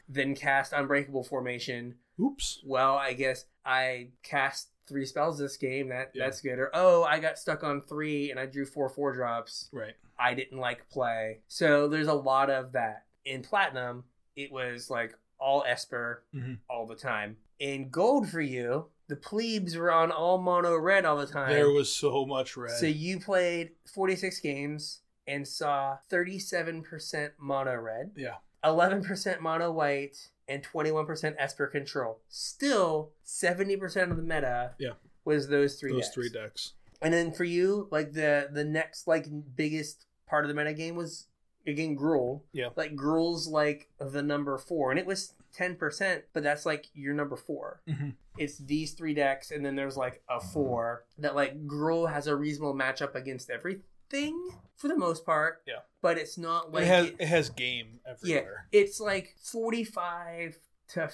S1: then cast unbreakable formation
S2: Oops.
S1: well i guess i cast three spells this game that
S2: Yeah.
S1: that's good or oh i got stuck on three and i drew four four drops
S2: Right.
S1: I didn't like play. So there's a lot of that. In platinum, it was like all Esper
S2: Mhm.
S1: all the time. In gold for you, the plebes were on all mono red all the time.
S2: There was so much red.
S1: So you played 46 games and saw 37% mono red,
S2: yeah.
S1: 11% mono white, and 21% Esper control. Still, 70% of the meta
S2: Yeah.
S1: was those three
S2: those
S1: decks.
S2: three decks.
S1: And then for you, like the the next like biggest part of the meta game was again Gruul.
S2: Yeah.
S1: Like Gruul's like the number four, and it was ten percent, but that's like your number 4
S2: Mhm.
S1: It's these three decks, and then there's like a four that like Gruul has a reasonable matchup against everything for the most part.
S2: Yeah.
S1: But it's not like
S2: it has it has game everywhere.
S1: it's like 45 to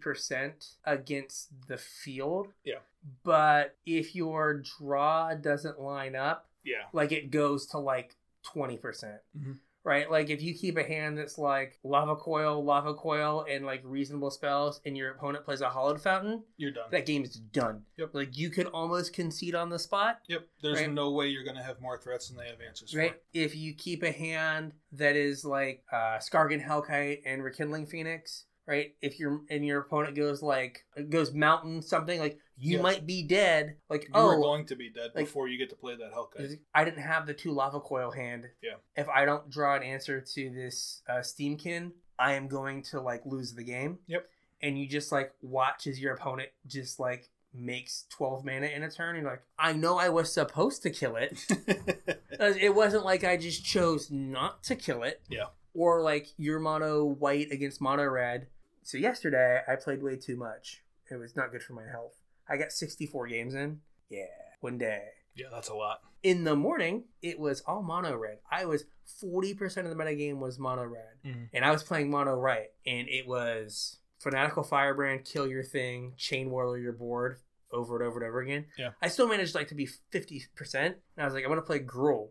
S1: 50% against the field.
S2: Yeah.
S1: But if your draw doesn't line up,
S2: Yeah.
S1: like it goes to like 20%. percent
S2: Mhm.
S1: Right? Like if you keep a hand that's like lava coil, lava coil, and like reasonable spells, and your opponent plays a hollowed fountain,
S2: You're done.
S1: that game is done.
S2: Yep.
S1: Like you could almost concede on the spot.
S2: Yep. There's
S1: Right.
S2: no way you're gonna have more threats than they have answers
S1: Right.
S2: for.
S1: If you keep a hand that is like uh, Skargan Hellkite and Rekindling Phoenix, right? If your and your opponent goes like goes mountain something, like you
S2: Yeah.
S1: might be dead. Like
S2: You are
S1: oh,
S2: going to be dead
S1: like-
S2: before you get to play that Hellkite.
S1: I didn't have the two lava coil hand.
S2: Yeah.
S1: If I don't draw an answer to this uh, Steamkin, I am going to like lose the game.
S2: Yep.
S1: And you just like watch as your opponent just like makes twelve mana in a turn, and you're like, I know I was supposed to kill it. Uh, It wasn't like I just chose not to kill it.
S2: Yeah.
S1: Or like your mono white against mono red. So yesterday I played way too much. It was not good for my health. I got 64 games in. Yeah. One day.
S2: yeah, that's a lot.
S1: In the morning, it was all mono red. I was 40% of the metagame was mono red.
S2: Mhm.
S1: And I was playing mono right. And it was Fanatical Firebrand, Kill Your Thing, Chain Whirler Your Board over and over and over again.
S2: Yeah.
S1: I still managed like to be 50%. And I was like, I'm going to play Gruul.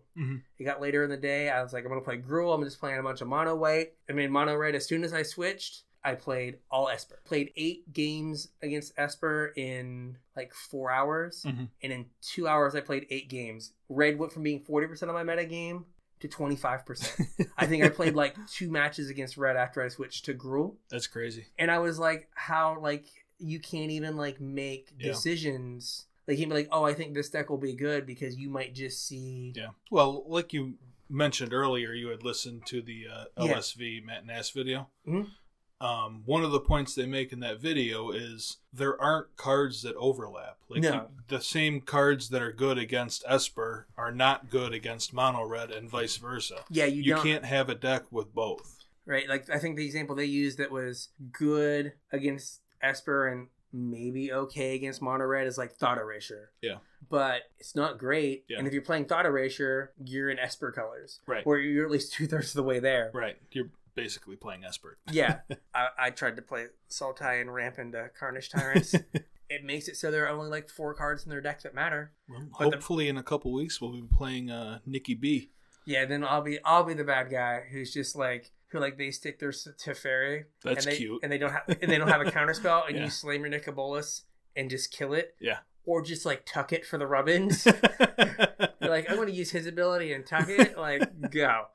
S1: It got later in the day. I was like, I'm gonna play Gruul. I'm just playing a bunch of mono white. I mean, mono red. As soon as I switched, I played all Esper. Played eight games against Esper in like four hours,
S2: Mhm.
S1: and in two hours, I played eight games. Red went from being 40 percent of my meta game to 25 percent. I think I played like two matches against Red after I switched to Gruul,
S2: That's crazy.
S1: and I was like, how like you can't even like make
S2: Yeah.
S1: decisions. Like he'd be like, oh, I think this deck will be good because you might just see.
S2: Yeah. Well, like you mentioned earlier, you had listened to the uh,
S1: Yeah.
S2: LSV Matt Nass video.
S1: Mhm.
S2: um, one of the points they make in that video is there aren't cards that overlap. Like
S1: No.
S2: you- the same cards that are good against Esper are not good against Mono Red, and vice versa.
S1: Yeah, you,
S2: You,
S1: don't.
S2: can't have a deck with both.
S1: Right. Like I think the example they used that was good against Esper and maybe okay against Mono Red is like Thought Erasure.
S2: Yeah.
S1: But it's not great.
S2: Yeah.
S1: And if you're playing Thought Erasure, you're in Esper colors.
S2: Right.
S1: Where you're at least two thirds of the way there.
S2: Right. You're basically playing Esper.
S1: Yeah. I, I tried to play Sultai and Ramp into Carnage Tyrants. it makes it so there are only like four cards in their deck that matter.
S2: Well,
S1: But the-
S2: hopefully, in a couple weeks, we'll be playing uh, Nikki B.
S1: Yeah, then I'll be I'll be the bad guy who's just like who like they stick their s- Teferi
S2: That's
S1: and they,
S2: cute.
S1: And they don't have and they don't have a counter spell, and
S2: Yeah.
S1: you slam your Nicobolus and just kill it.
S2: Yeah.
S1: Or just like tuck it for the rubbins. You're like, "Hmm." I'm gonna use his ability and tuck it. Like, go.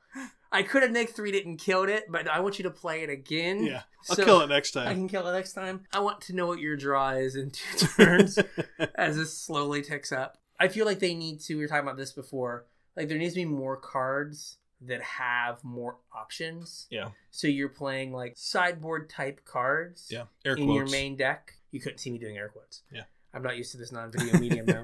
S1: I could have Nick three it and killed it, but I want you to play it again.
S2: yeah. I'll
S1: So-
S2: kill it next
S1: I
S2: time.
S1: can kill it next time. I want to know what your draw is in two turns as this slowly ticks up. I feel like they need to. We were talking about this before. Like there needs to be more cards that have more options.
S2: Yeah.
S1: So you're playing like sideboard type cards
S2: Yeah. Air
S1: in your
S2: quotes.
S1: main deck. You couldn't see me doing air quotes.
S2: Yeah.
S1: I'm not used to this non-video medium now.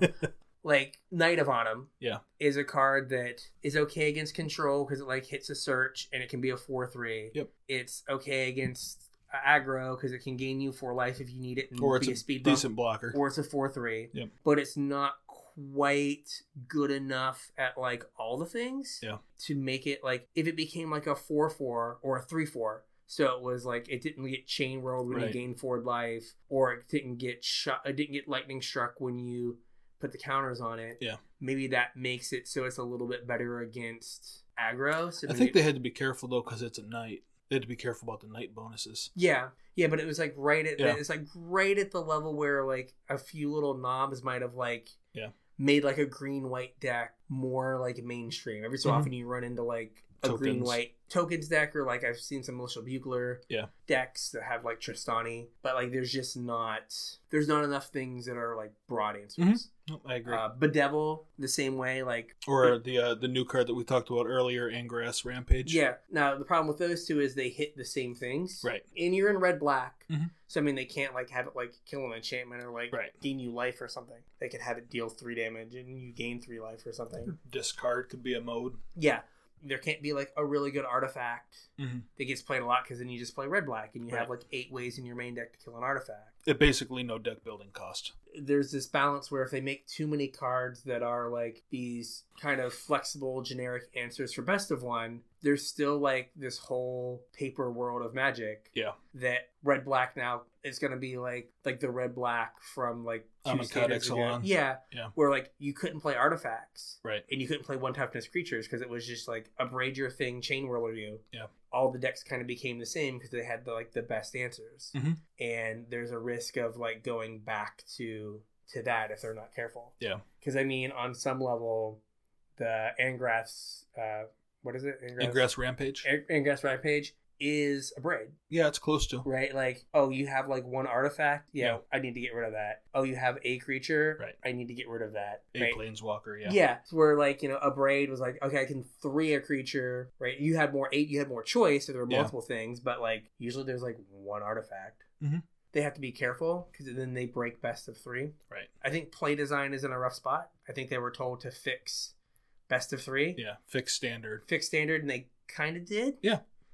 S1: Like Knight of Autumn.
S2: Yeah.
S1: Is a card that is okay against control because it like hits a search and it can be a four three.
S2: Yep.
S1: It's okay against aggro because it can gain you four life if you need it and
S2: or it's
S1: be
S2: a,
S1: a, speed bump
S2: decent blocker.
S1: or it's a four three.
S2: Yep.
S1: But it's not quite good enough at like all the things.
S2: Yeah.
S1: To make it like if it became like a four four or a three four. So it was like it didn't get chain rolled when
S2: Right.
S1: you gained forward life, or it didn't get shot. It didn't get lightning struck when you put the counters on it.
S2: Yeah.
S1: Maybe that makes it so it's a little bit better against aggro. So
S2: I
S1: maybe
S2: think
S1: it-
S2: they had to be careful though, because it's at night. They had to be careful about the night bonuses.
S1: Yeah, yeah, but it was like right at
S2: Yeah.
S1: it's like right at the level where like a few little knobs might have like
S2: Yeah.
S1: made like a green white deck more like mainstream. Every so
S2: Mhm.
S1: often you run into like a green
S2: Tokens.
S1: white tokens deck or like I've seen some militia bugler
S2: Yeah.
S1: decks that have like Tristani, but like there's just not there's not enough things that are like broad answers.
S2: Nope, I Mm-hmm. agree.
S1: Uh, Bedevil the same way like
S2: or the uh, the new card that we talked about earlier, Ingress Rampage.
S1: Yeah. Now the problem with those two is they hit the same things.
S2: Right.
S1: And you're in red black.
S2: Mhm.
S1: So I mean they can't like have it like kill an enchantment or like
S2: Right.
S1: gain you life or something. They could have it deal three damage and you gain three life or something.
S2: Discard could be a mode.
S1: Yeah. There can't be like a really good artifact
S2: Mm-hmm.
S1: that gets played a lot because then you just play red black and you have
S2: Right.
S1: like eight ways in your main deck to kill an artifact.
S2: It basically no deck building cost.
S1: there's this balance where if they make too many cards that are like these kind of flexible generic answers for best of one there's still like this whole paper world of magic
S2: Yeah.
S1: that red black now is going to be like like the red black from like two
S2: Amonkhet
S1: standards ago.
S2: Exelon.
S1: yeah
S2: Yeah.
S1: where like you couldn't play artifacts
S2: Right.
S1: and you couldn't play one toughness creatures because it was just like abrade your thing, chain whirler you.
S2: Yeah.
S1: All the decks kind of became the same because they had the, like the best answers,
S2: Mhm.
S1: and there's a risk of like going back to to that if they're not careful.
S2: Yeah.
S1: Because I mean, on some level, the Angrath's uh, what is it?
S2: Ingress Rampage.
S1: Ang- Angrath's Rampage is a braid,
S2: Yeah, it's close to.
S1: right? Like, oh, you have like one artifact. Yeah,
S2: Yeah.
S1: I need to get rid of that. Oh, you have a creature.
S2: Right.
S1: I need to get rid of that.
S2: A
S1: right?
S2: Planeswalker.
S1: Yeah.
S2: Yeah.
S1: it's where like, you know, a braid was like, okay, I can three a creature, right? You had more eight, you had more choice, so there were
S2: Yeah.
S1: multiple things, but like usually there's like one artifact.
S2: Mhm.
S1: They have to be careful because then they break best of three.
S2: Right.
S1: I think play design is in a rough spot. I think they were told to fix best of three,
S2: Yeah. Fixed standard.
S1: fix standard, and they kind of did.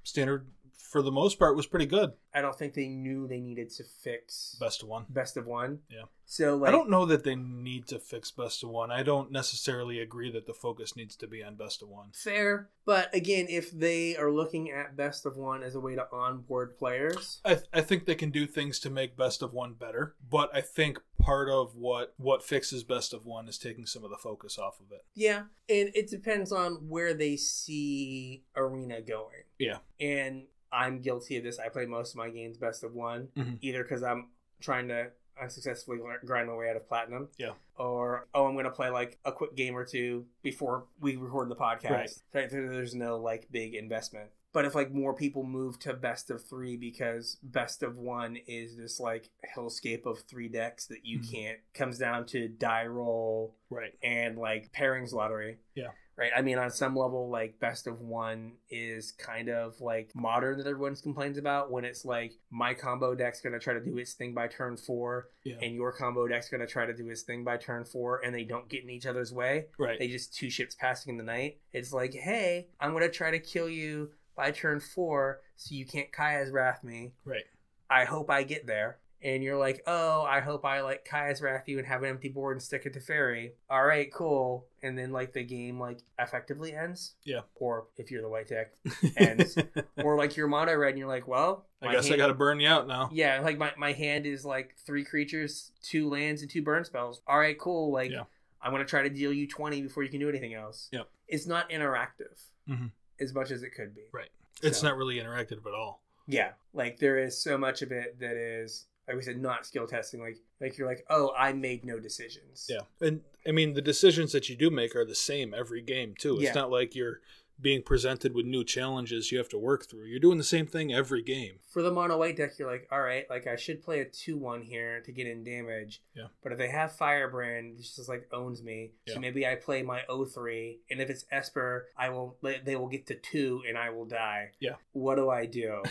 S2: Standard for the most part was pretty good.
S1: I don't think they knew they needed to fix best,
S2: Best of one.
S1: of one.
S2: Yeah.
S1: So like,
S2: I don't know that they need to fix best of one. I don't necessarily agree that the focus needs to be on best of one.
S1: fair, but again, if they are looking at best of one as a way to onboard players,
S2: I, th- I think they can do things to make best of one better, but I think part of what what fixes best of one is taking some of the focus off of it.
S1: Yeah, and it depends on where they see arena going.
S2: Yeah.
S1: and I'm guilty of this. I play most of my games best of one,
S2: Mhm.
S1: either because I'm trying to unsuccessfully lear- grind my way out of platinum.
S2: Yeah.
S1: or oh, I'm going to play like a quick game or two before we record the podcast.
S2: Right.
S1: So there- There's no like big investment. But if like more people move to best of three because best of one is this like hellscape of three decks that you
S2: Mhm.
S1: can't comes down to die roll
S2: Right.
S1: and like pairings lottery.
S2: Yeah.
S1: right? I mean, on some level, like Best of One is kind of like modern that everyone complains about when it's like my combo deck's gonna try to do its thing by turn four,
S2: Yeah.
S1: and your combo deck's gonna try to do its thing by turn four, and they don't get in each other's way. They
S2: Right.
S1: just two ships passing in the night. It's like, hey, I'm gonna try to kill you by turn four, so you can't Kaya's Wrath me.
S2: Right.
S1: I hope I get there. And you're like, oh, I hope I like Kaya's Wrath you and have an empty board and stick it to Fairy. All right, cool. And then like the game like effectively ends.
S2: Yeah.
S1: Or if you're the white deck, And- or like your mono red, and you're like, well,
S2: I
S1: my
S2: guess I
S1: hand-
S2: got to burn you out now.
S1: Yeah, like my, my hand is like three creatures, two lands, and two burn spells. All right, cool. Like
S2: Yeah.
S1: I'm gonna try to deal you twenty before you can do anything else.
S2: Yep.
S1: It's not interactive
S2: Mhm.
S1: as much as it could be.
S2: Right. It's
S1: So-
S2: not really interactive at all.
S1: Yeah, like there is so much of it that is, like we said, not skill testing. Like like you're like, oh, I made no decisions.
S2: Yeah. And I mean, the decisions that you do make are the same every game, too. It's
S1: Yeah.
S2: not like you're being presented with new challenges you have to work through. You're doing the same thing every game.
S1: For the mono white deck, you're like, all right, like I should play a two one here to get in damage.
S2: Yeah.
S1: But if they have Firebrand, it just like owns me.
S2: Yeah.
S1: So maybe I play my O three, and if it's Esper, I will. They will get to two, and I will die.
S2: Yeah.
S1: What do I do?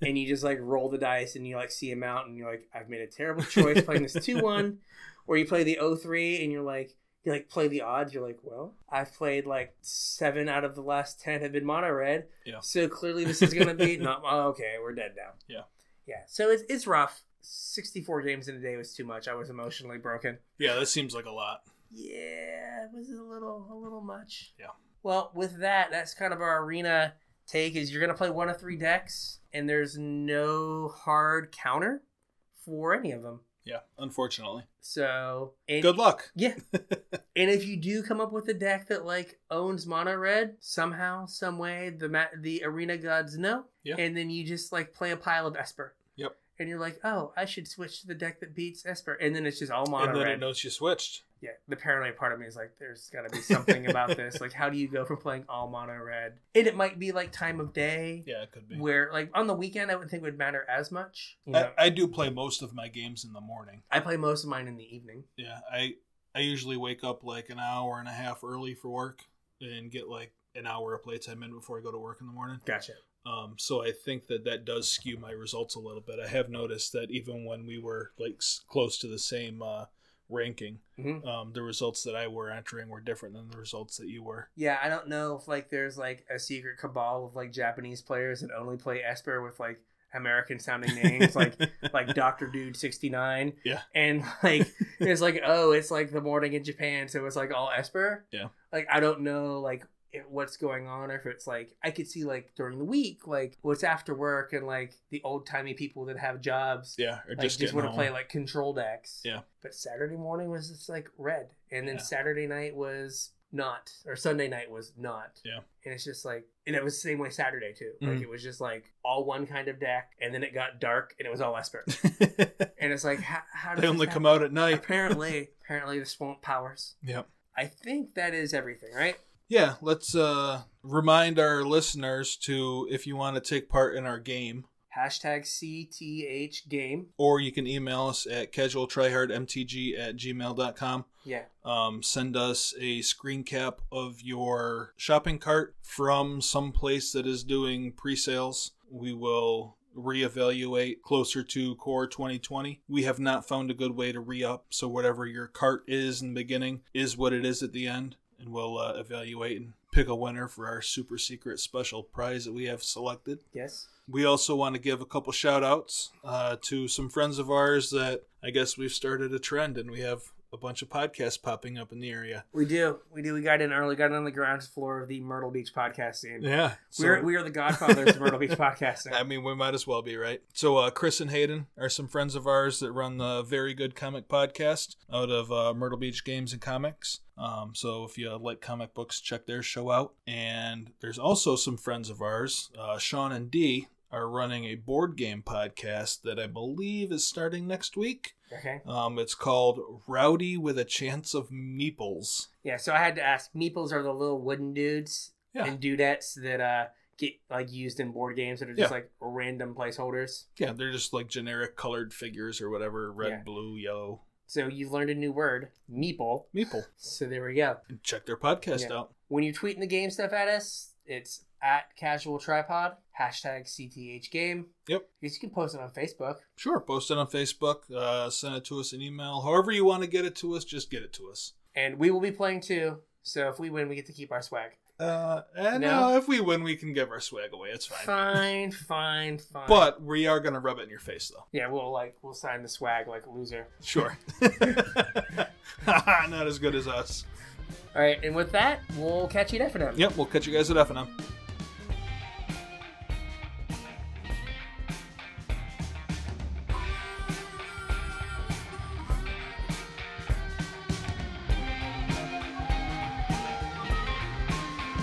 S1: and you just like roll the dice and you like see him out and you're like i've made a terrible choice playing this 2-1 or you play the 0-3 and you're like you like play the odds you're like well i've played like seven out of the last ten have been mono red
S2: Yeah.
S1: so clearly this is gonna be not oh, okay we're dead now
S2: Yeah.
S1: yeah so it's, it's rough 64 games in a day was too much i was emotionally broken
S2: yeah, that seems like a lot.
S1: yeah, it was a little a little much.
S2: Yeah.
S1: Well, with that, that's kind of our arena take is you're gonna play one of three decks and there's no hard counter for any of them.
S2: Yeah, unfortunately.
S1: So and,
S2: Good luck.
S1: Yeah. and if you do come up with a deck that like owns mono red somehow, some way, the ma- the arena gods know.
S2: Yeah.
S1: And then you just like play a pile of Esper.
S2: Yep.
S1: And you're like, oh, I should switch to the deck that beats Esper, and then it's just all mono
S2: And then
S1: red
S2: it knows you switched.
S1: yeah, the paranoid part of me is like, there's got to be something about this. Like, how do you go from playing all mono red? And it might be like time of day,
S2: Yeah, it could be.
S1: where like on the weekend, I wouldn't think it would matter as much. You know,
S2: I, I do play most of my games in the morning.
S1: I play most of mine in the evening.
S2: Yeah, I I usually wake up like an hour and a half early for work and get like an hour of playtime in before I go to work in the morning.
S1: Gotcha.
S2: Um, so I think that that does skew my results a little bit. I have noticed that even when we were like s- close to the same uh, ranking,
S1: Mhm.
S2: um, the results that I were entering were different than the results that you were.
S1: Yeah, I don't know if like there's like a secret cabal of like Japanese players that only play Esper with like American sounding names, like like Doctor Dude sixty nine.
S2: Yeah.
S1: and like it's like oh, it's like the morning in Japan, so it's like all Esper.
S2: Yeah.
S1: like I don't know like it- what's going on or if it's like I could see like during the week like what's after work and like the old timey people that have jobs.
S2: yeah, or
S1: Like, just,
S2: just, getting
S1: want to
S2: home.
S1: play like control decks.
S2: Yeah.
S1: But Saturday morning was just like red, and then
S2: Yeah.
S1: Saturday night was not, or Sunday night was not.
S2: Yeah.
S1: And it's just like, and it was the same way Saturday too. Like
S2: Mhm.
S1: it was just like all one kind of deck, and then it got dark, and it was all Esper. and it's like, how, how did
S2: they
S1: this
S2: only come
S1: happen?
S2: out at night.
S1: Apparently, apparently the swamp powers.
S2: Yep.
S1: I think that is everything, right?
S2: Yeah, let's uh, remind our listeners to if you want to take part in our game,
S1: Hashtag CTH game.
S2: or you can email us at casualtryhardmtg at gmail.com.
S1: Yeah.
S2: um, send us a screen cap of your shopping cart from some place that is doing pre-sales we will reevaluate closer to core 2020 we have not found a good way to re-up so whatever your cart is in the beginning is what it is at the end and we'll uh, evaluate and pick a winner for our super secret special prize that we have selected
S1: Yes.
S2: we also want to give a couple shout outs uh, to some friends of ours that I guess we've started a trend and we have a bunch of podcasts popping up in the area.
S1: We do. We do. We got in early, got on the ground floor of the Myrtle Beach podcast scene.
S2: Yeah. So,
S1: We're, we are the godfathers of Myrtle Beach podcasting.
S2: I mean, we might as well be, right? So, uh, Chris and Hayden are some friends of ours that run the Very Good Comic Podcast out of uh, Myrtle Beach Games and Comics. Um, so, if you like comic books, check their show out. And there's also some friends of ours, uh, Sean and Dee, are running a board game podcast that I believe is starting next week.
S1: Okay.
S2: Um, it's called Rowdy with a Chance of Meeples.
S1: Yeah, so I had to ask. Meeples are the little wooden dudes
S2: Yeah.
S1: and dudettes that uh get like used in board games that are just
S2: Yeah.
S1: like random placeholders.
S2: Yeah, they're just like generic colored figures or whatever red,
S1: Yeah.
S2: blue, yellow.
S1: So you've learned a new word, meeple.
S2: Meeple.
S1: So there we go.
S2: And check their podcast
S1: Yeah.
S2: out.
S1: When you're tweeting the game stuff at us, it's at casual tripod, hashtag CTH game.
S2: Yep.
S1: I guess you can post it on Facebook.
S2: Sure. Post it on Facebook. Uh, send it to us an email. However you want to get it to us, just get it to us.
S1: And we will be playing too. So if we win, we get to keep our swag.
S2: Uh, and
S1: No?
S2: uh, if we win, we can give our swag away. It's fine.
S1: Fine, fine, fine.
S2: But we are gonna rub it in your face, though.
S1: yeah, we'll like we'll sign the swag like a loser.
S2: Sure. Not as good as us.
S1: All right, and with that, we'll catch you next time.
S2: Yep. We'll catch you guys at F and M.